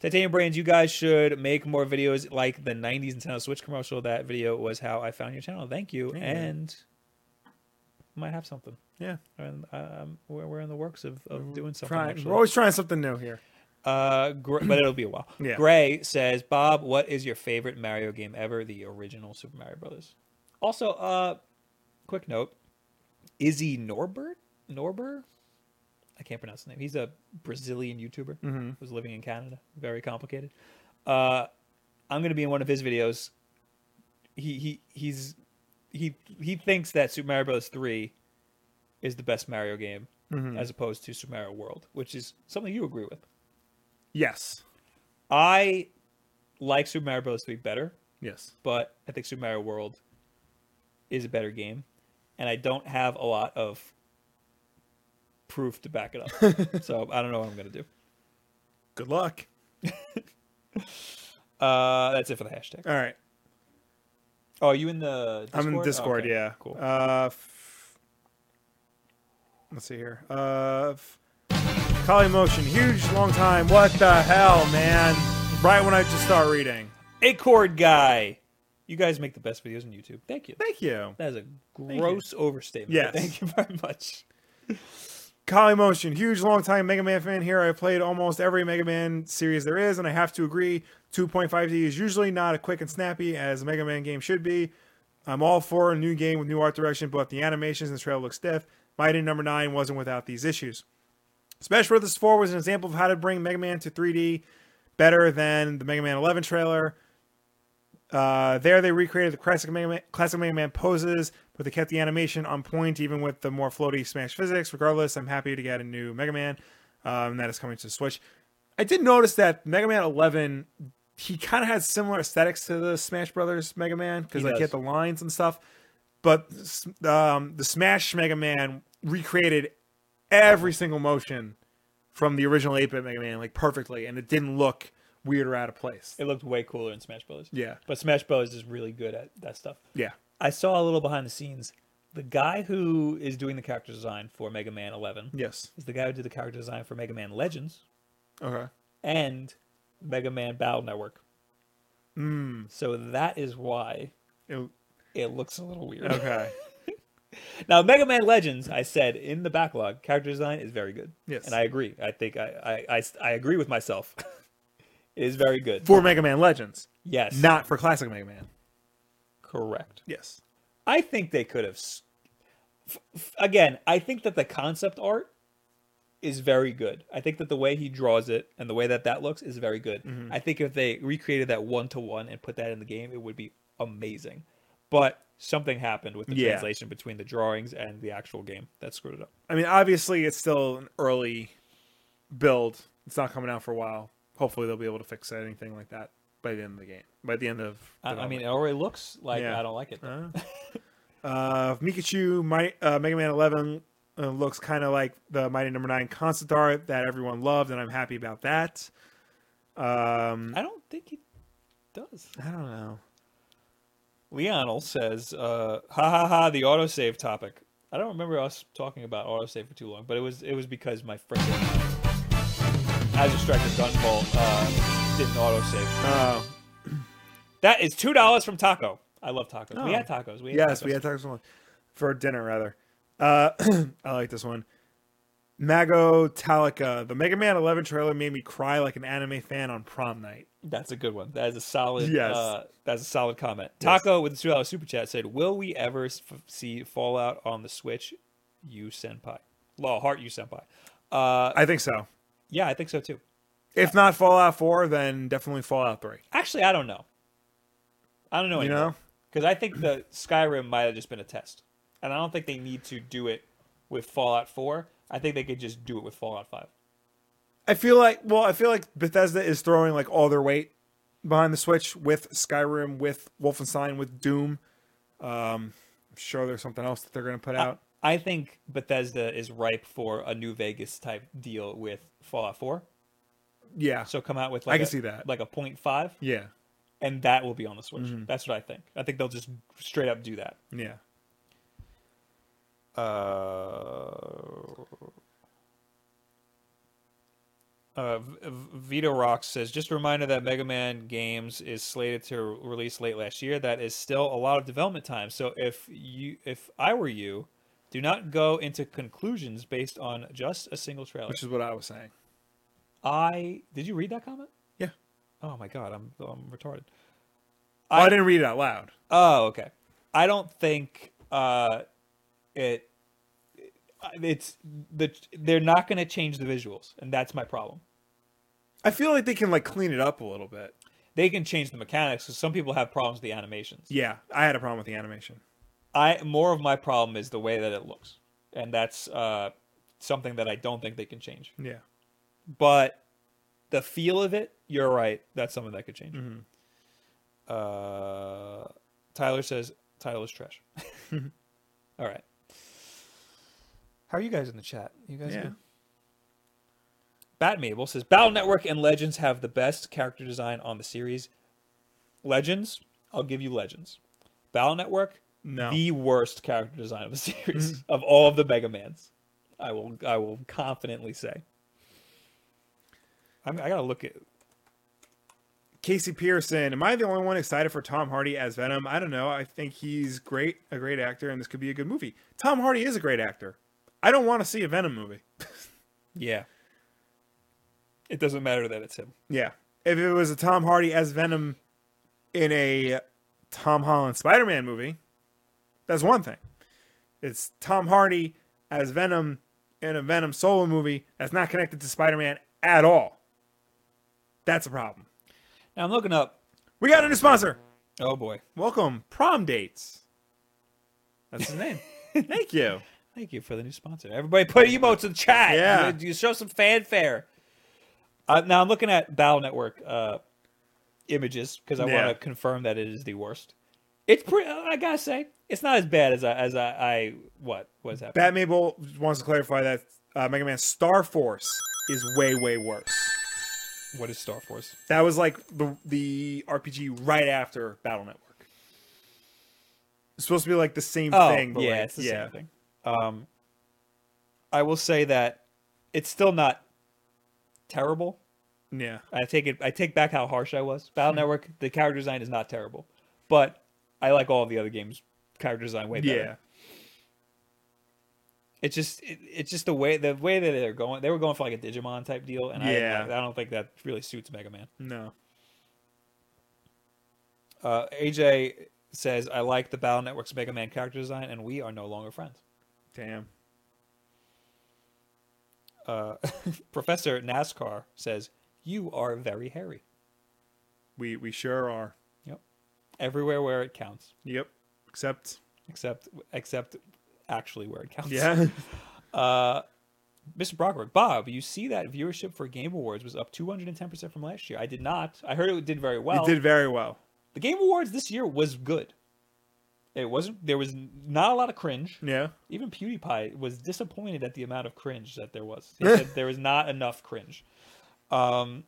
Titanium Brains, you guys should make more videos like the '90s Nintendo Switch commercial. That video was how I found your channel. Thank you, Yeah. and might have something. Yeah. Mm-hmm. And um, we're, we're in the works of, of doing something. Trying- actually. we're always trying something new here. Uh, Gr- but it'll be a while. Yeah. Gray says, Bob, what is your favorite Mario game ever? The original Super Mario Brothers. Also, uh, quick note: Izzy Norbert, Norber, I can't pronounce his name. He's a Brazilian YouTuber Mm-hmm. who's living in Canada. Very complicated. Uh, I'm gonna be in one of his videos. He he he's he he thinks that Super Mario Bros. Three is the best Mario game as opposed to Super Mario World, which is something you agree with. Yes. I like Super Mario Bros. 3 better, Yes. but I think Super Mario World is a better game, and I don't have a lot of proof to back it up. so I don't know what I'm gonna do. Good luck. Uh, that's it for the hashtag. All right. Oh, are you in the? Discord? I'm in Oh, Discord. okay. Yeah. cool. Uh, f- let's see here. Uh, f- Kali Motion, huge, long time. What the hell, man? Right when I just start reading. Acord guy, you guys make the best videos on YouTube. Thank you. Thank you. That is a gross overstatement. Yes. but Thank you very much. Kali Motion, huge long time Mega Man fan here. I played almost every Mega Man series there is, and I have to agree 2.5D is usually not as quick and snappy as a Mega Man game should be. I'm all for a new game with new art direction, but the animations and the trailer look stiff. Mighty Number 9 wasn't without these issues. Smash Bros. 4 was an example of how to bring Mega Man to 3D better than the Mega Man 11 trailer. Uh, there, they recreated the classic Mega, Man, classic Mega Man poses, but they kept the animation on point, even with the more floaty Smash physics. Regardless, I'm happy to get a new Mega Man, um, that is coming to Switch. I did notice that Mega Man 11, he kind of had similar aesthetics to the Smash Brothers Mega Man because He like he does. had the lines and stuff. But s- um, the Smash Mega Man recreated every single motion from the original 8-bit Mega Man like perfectly, and it didn't look weird or out of place. It looked way cooler in Smash Bros. Yeah. But Smash Bros. is really good at that stuff. Yeah. I saw a little behind the scenes. The guy who is doing the character design for Mega Man 11 Yes. is the guy who did the character design for Mega Man Legends Okay. and Mega Man Battle Network. Hmm. Mm. So that is why It- it looks a little weird. okay. Now, Mega Man Legends, I said in the backlog, character design is very good. Yes. And I agree. I think I, I, I, I agree with myself. it is very good. for Mega Man Legends, yes. not for classic Mega Man. correct. Yes. I think they could have. s- f- f- Again, I think that the concept art is very good. I think that the way he draws it and the way that that looks is very good. Mm-hmm. I think if they recreated that one to one and put that in the game, it would be amazing. But something happened with the Yeah. translation between the drawings and the actual game that screwed it up. I mean, obviously, it's still an early build. It's not coming out for a while. Hopefully, they'll be able to fix anything like that by the end of the game. By the end of, I, I development. mean, it already looks like Yeah. I don't like it. though. Uh, Mikachu, my, uh, Mega Man 11 uh, looks kind of like the Mighty Number 9 concept art that everyone loved, and I'm happy about that. Um, I don't think it does. I don't know. Leonel says, uh, "Ha ha ha!" The autosave topic. I don't remember us talking about autosave for too long, but it was it was because my friend as a stretch of Dunbolt uh, didn't autosave. Oh, That is two dollars from Taco. I love tacos. We Oh. had tacos. We had yes, tacos. we had tacos for lunch. for dinner rather. Uh, I like this one. Mago Talica, the Mega Man 11 trailer made me cry like an anime fan on prom night. That's a good one. That is a solid. Yes. Uh, that's a solid comment. Taco with the two dollar super chat said, "Will we ever s- f- see Fallout on the Switch? You senpai, law heart you senpai." Uh, I think so. yeah, I think so too. If not Fallout 4, then definitely Fallout 3. Actually, I don't know. I don't know. You know? because I think the Skyrim might have just been a test, and I don't think they need to do it with Fallout Four. I think they could just do it with Fallout Five. I feel like well, I feel like Bethesda is throwing like all their weight behind the Switch with Skyrim, with Wolfenstein, with Doom. Um, I'm sure there's something else that they're gonna put out. I think Bethesda is ripe for a New Vegas type deal with Fallout Four. yeah, So come out with like can a- see that. Mm-hmm. like a point five, yeah, and that will be on the Switch. That's what I think. I think they'll just straight up do that. yeah. Uh, uh, V- V- Vito Rocks says, just a reminder that Mega Man games is slated to release late last year. That is still a lot of development time. So if you, if I were you, do not go into conclusions based on just a single trailer. Which is what I was saying. I did you read that comment? Yeah, Oh my god, I'm I'm retarded. well, I, I- didn't read it out loud. Oh, okay. I don't think uh, it. It's the they're not going to change the visuals, and that's my problem. I feel like they can like clean it up a little bit. They can change the mechanics because some people have problems with the animations. Yeah, I had a problem with the animation. I more of my problem is the way that it looks, and that's uh, something that I don't think they can change. Yeah, But the feel of it, you're right. That's something that could change. Uh, Tyler says Tyler is trash. All right. How are you guys in the chat? You guys Yeah. good? Bat Mabel says Battle Network and Legends have the best character design on the series. Legends, I'll give you Legends. Battle Network, No. Mm-hmm. the worst character design of the series of all of the Mega Mans. I will I will confidently say. I'm, I gotta look at Casey Pearson. Am I the only one excited for Tom Hardy as Venom? I don't know. I think he's great, a great actor, and this could be a good movie. Tom Hardy is a great actor. I don't want to see a Venom movie. yeah. It doesn't matter that it's him. Yeah. If it was a Tom Hardy as Venom in a Tom Holland Spider Man movie, that's one thing. It's Tom Hardy as Venom in a Venom solo movie that's not connected to Spider Man at all. That's a problem. Now I'm looking up. We got a new sponsor. Oh boy. Welcome, Prom Dates. That's his name. Thank you. Thank you for the new sponsor. Everybody put emotes in the chat. Yeah. You, you show some fanfare. Uh, now I'm looking at Battle Network uh, images because I Yeah. want to confirm that it is the worst. It's pretty. I gotta say, it's not as bad as I as I, I what was that? Bat Mabel wants to clarify that uh, Mega Man Star Force is way, way worse. what is Star Force? That was like the the RPG right after Battle Network. It's supposed to be like the same Oh, thing, but yeah, like, it's the yeah. same thing. Um, I will say that it's still not terrible. Yeah. I take it. I take back how harsh I was. Battle Network. The character design is not terrible, but I like all of the other games' character design way better. Yeah. It's just it, it's just the way the way that they're going. They were going for like a Digimon type deal, and I didn't Yeah. like- I don't think that really suits Mega Man. No. Uh, AJ says I like the Battle Network's Mega Man character design, and we are no longer friends. Damn. Uh, Professor NASCAR says you are very hairy. We we sure are. Yep, everywhere where it counts, Yep. Except except except actually where it counts. yeah. Mr. Brockberg, Bob, you see that viewership for Game Awards was up 210% from last year. I did not. I heard it did very well. it did very well. The Game Awards this year was good. It wasn't there was not a lot of cringe. Yeah. Even PewDiePie was disappointed at the amount of cringe that there was. He said there was not enough cringe. Um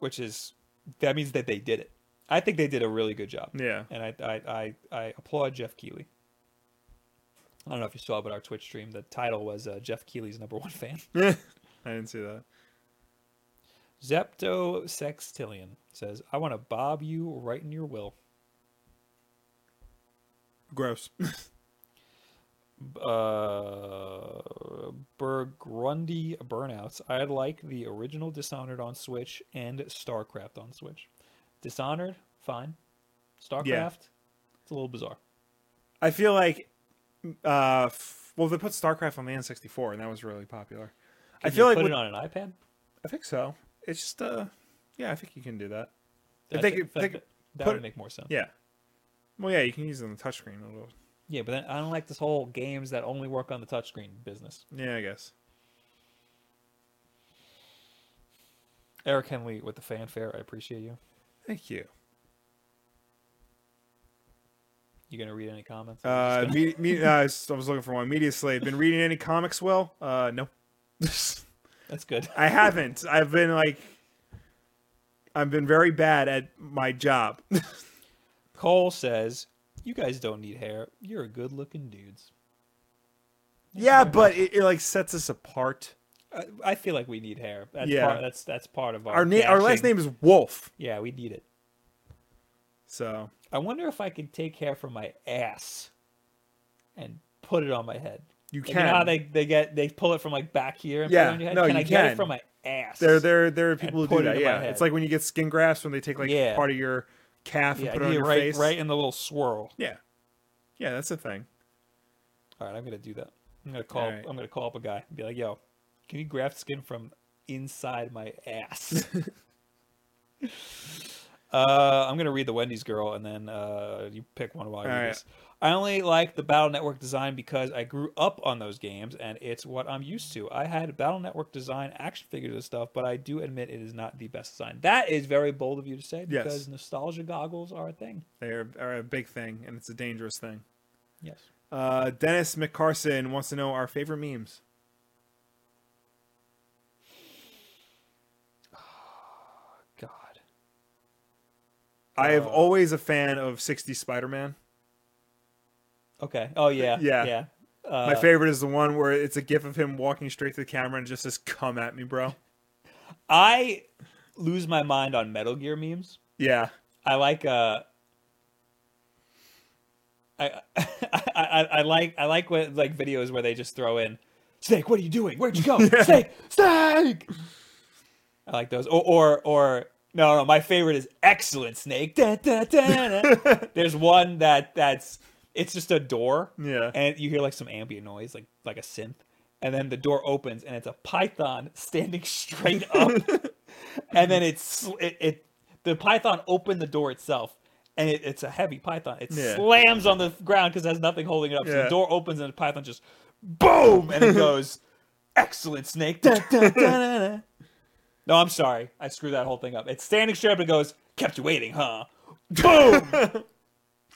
which is that means that they did it. I think they did a really good job. Yeah. And I I I, I applaud Jeff Keeley. I don't know if you saw, but our Twitch stream, the title was uh, Jeff Keeley's number one fan. I didn't see that. Zepto Sextillion says, I want to bob you right in your will. Gross. uh Burgundy Burnouts. I like the original Dishonored on Switch and StarCraft on Switch. Dishonored, fine. StarCraft, it's a little bizarre. I feel like, uh, f- well, they put StarCraft on the N64, and that was really popular. I Could you feel like put with- it on an iPad. I think so. It's just uh, yeah, I think you can do that. I If they think- could- they that, could that put would it- make more sense. Yeah. Yeah. Well, yeah, you can use it on the touchscreen a little. but then I don't like this whole games that only work on the touchscreen business. Yeah, I guess. Eric Henley with the fanfare, I appreciate you. Thank you. You gonna read any comments? I'm just Uh, gonna- me, me, uh, I was looking for one. Media Slate. Been reading any comics? Will? Uh, no. That's good. I haven't. I've been like, I've been very bad at my job. Cole says, "You guys don't need hair. You're good-looking dudes." yeah, but it, it like sets us apart. I, I feel like we need hair. That's Yeah. part, that's that's part of our Our name, our last dashing- name is Wolf. Yeah, we need it. So I wonder if I could take hair from my ass and put it on my head. you Like, can. You know how they, they get they pull it from like back here and put it Yeah, on your head? no, can you I get can. it from my ass? There, there, there are people who put do it that. in my Yeah, head. it's like when you get skin grafts when they take like Yeah. part of your calf yeah, and put it on yeah, your right face. right in the little swirl. Yeah, yeah, that's the thing. All right, I'm gonna do that. I'm gonna call right. I'm gonna call up a guy and be like, yo, can you graft skin from inside my ass? uh, I'm gonna read the Wendy's girl and then uh, you pick one while you All read right. this. I only like the Battle Network design because I grew up on those games and it's what I'm used to. I had Battle Network design action figures and stuff, but I do admit it is not the best design. That is very bold of you to say Yes. because nostalgia goggles are a thing. They are, are a big thing, and it's a dangerous thing. Yes. Uh, Dennis McCarson wants to know our favorite memes. God. I am Uh, always a fan of 60 Spider-Man. Okay. Oh yeah. Yeah. Yeah. Uh, My favorite is the one where it's a gif of him walking straight to the camera and it just says "Come at me, bro." I lose my mind on Metal Gear memes. Yeah, I like uh I I, I, I like I like what like videos where they just throw in Snake, what are you doing? Where'd you go? Snake, Snake. I like those. Or or or no, no, my favorite is excellent Snake. Da, da, da, da. There's one that that's it's just a door yeah. and you hear like some ambient noise, like like a synth, and then the door opens and it's a python standing straight up, and then it's sl- it, it the python opened the door itself, and it, it's a heavy python. It Yeah. slams on the ground because there's nothing holding it up. So Yeah. the door opens and the python just boom, and it goes, excellent snake. Dun, dun, dun, dun, dun. No, I'm sorry, I screwed that whole thing up. It's standing straight up and it goes, kept you waiting, huh? Boom. Dun,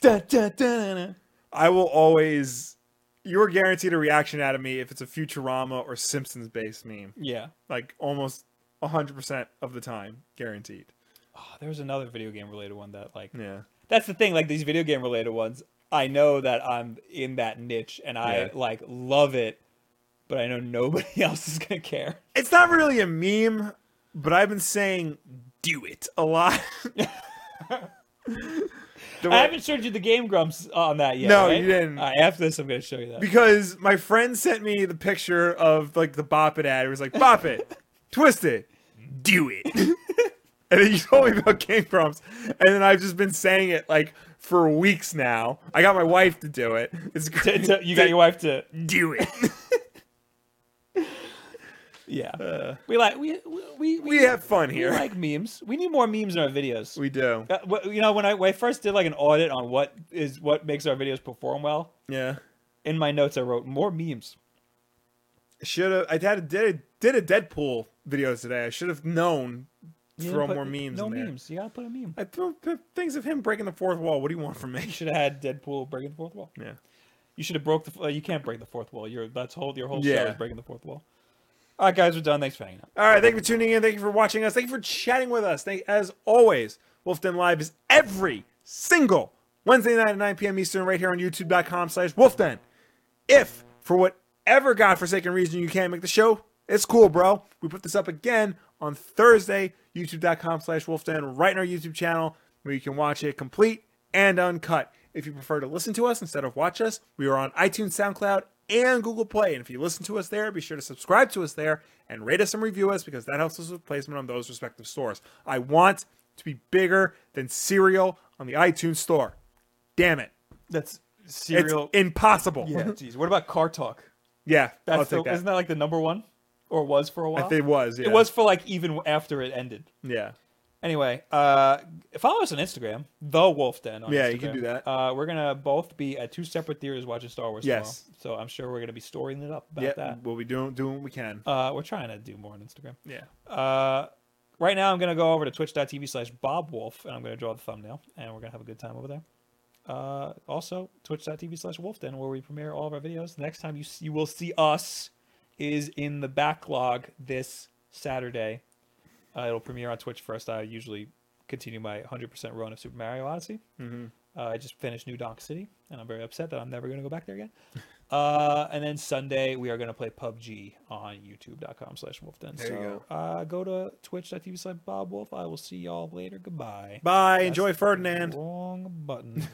dun, dun, dun, dun. I will always. You're guaranteed a reaction out of me if it's a Futurama or Simpsons based meme. Yeah. Like almost 100% of the time, guaranteed. Oh, there was another video game related one that like Yeah. that's the thing like these video game related ones I know that I'm in that niche and I Yeah. like love it but I know nobody else is going to care. It's not really a meme, but I've been saying do it a lot. The I way- haven't showed you the Game Grumps on that yet. No, right? you didn't. All right, after this I'm going to show you that. because my friend sent me the picture of like the Bop It ad. It was like, Bop It, twist it, do it. and then you told me about Game Grumps. And then I've just been saying it like for weeks now. I got my wife to do it. It's T- great. t- you got your wife to do it. yeah. we like we we we, Uh. we have fun we here. like memes. We need more memes in our videos. we do. Uh, wh- you know when I, when I first did like an audit on what is what makes our videos perform well, Yeah. in my notes I wrote more memes. Should have. I had a, did a, did a Deadpool video today. I should have known. You didn't throw put- more memes. No in there. memes. You gotta put a meme. I threw p- things of him breaking the fourth wall. What do you want from You me? should have had Deadpool breaking the fourth wall. Yeah. You should have broke the. Uh, you can't break the fourth wall. Your that's whole your whole show Yeah. is breaking the fourth wall. All right, guys, we're done. Thanks for hanging out. All right, thank you for tuning in. Thank you for watching us. Thank you for chatting with us. Thank, as always, Wolf Den Live is every single Wednesday night at 9 p.m. Eastern right here on youtube.com slash Wolf Den. If, for whatever godforsaken reason, you can't make the show, it's cool, bro. We put this up again on Thursday, youtube.com slash wolfden, right in our YouTube channel, where you can watch it complete and uncut. If you prefer to listen to us instead of watch us, we are on iTunes, SoundCloud, and Google Play. And if you listen to us there, be sure to subscribe to us there and rate us and review us because that helps us with placement on those respective stores. I want to be bigger than cereal on the iTunes store. Damn it. That's It's cereal. impossible. yeah, jeez. What about Car Talk? Yeah, That's I'll take the, that. Isn't that like the number one, or was for a while? I think it was. Yeah. It was for like even after it ended. Yeah. Anyway, uh, follow us on Instagram, the Wolf Den. On Yeah, Instagram. you can do that. Uh, we're gonna both be at two separate theaters watching Star Wars. Yes. tomorrow, so I'm sure we're gonna be storing it up about Yeah. that. We'll be doing doing what we can. Uh, we're trying to do more on Instagram. yeah. Uh, right now, I'm gonna go over to twitch.tv slash Bob Wolf, and I'm gonna draw the thumbnail, and we're gonna have a good time over there. Uh, also, twitch.tv slash Wolf Den, where we premiere all of our videos. The next time you s- you will see us is in the backlog this Saturday. Uh, it'll premiere on Twitch first. I usually continue my 100% run of Super Mario Odyssey. Mm-hmm. Uh, I just finished New Donk City, and I'm very upset that I'm never going to go back there again. Uh, and then Sunday we are going to play PUBG on YouTube.com/slash/WolfDen. There So you go. Uh, go to Twitch.tv slash Bob Wolf. I will see y'all later. Goodbye. Bye. That's Enjoy the Ferdinand. Wrong button.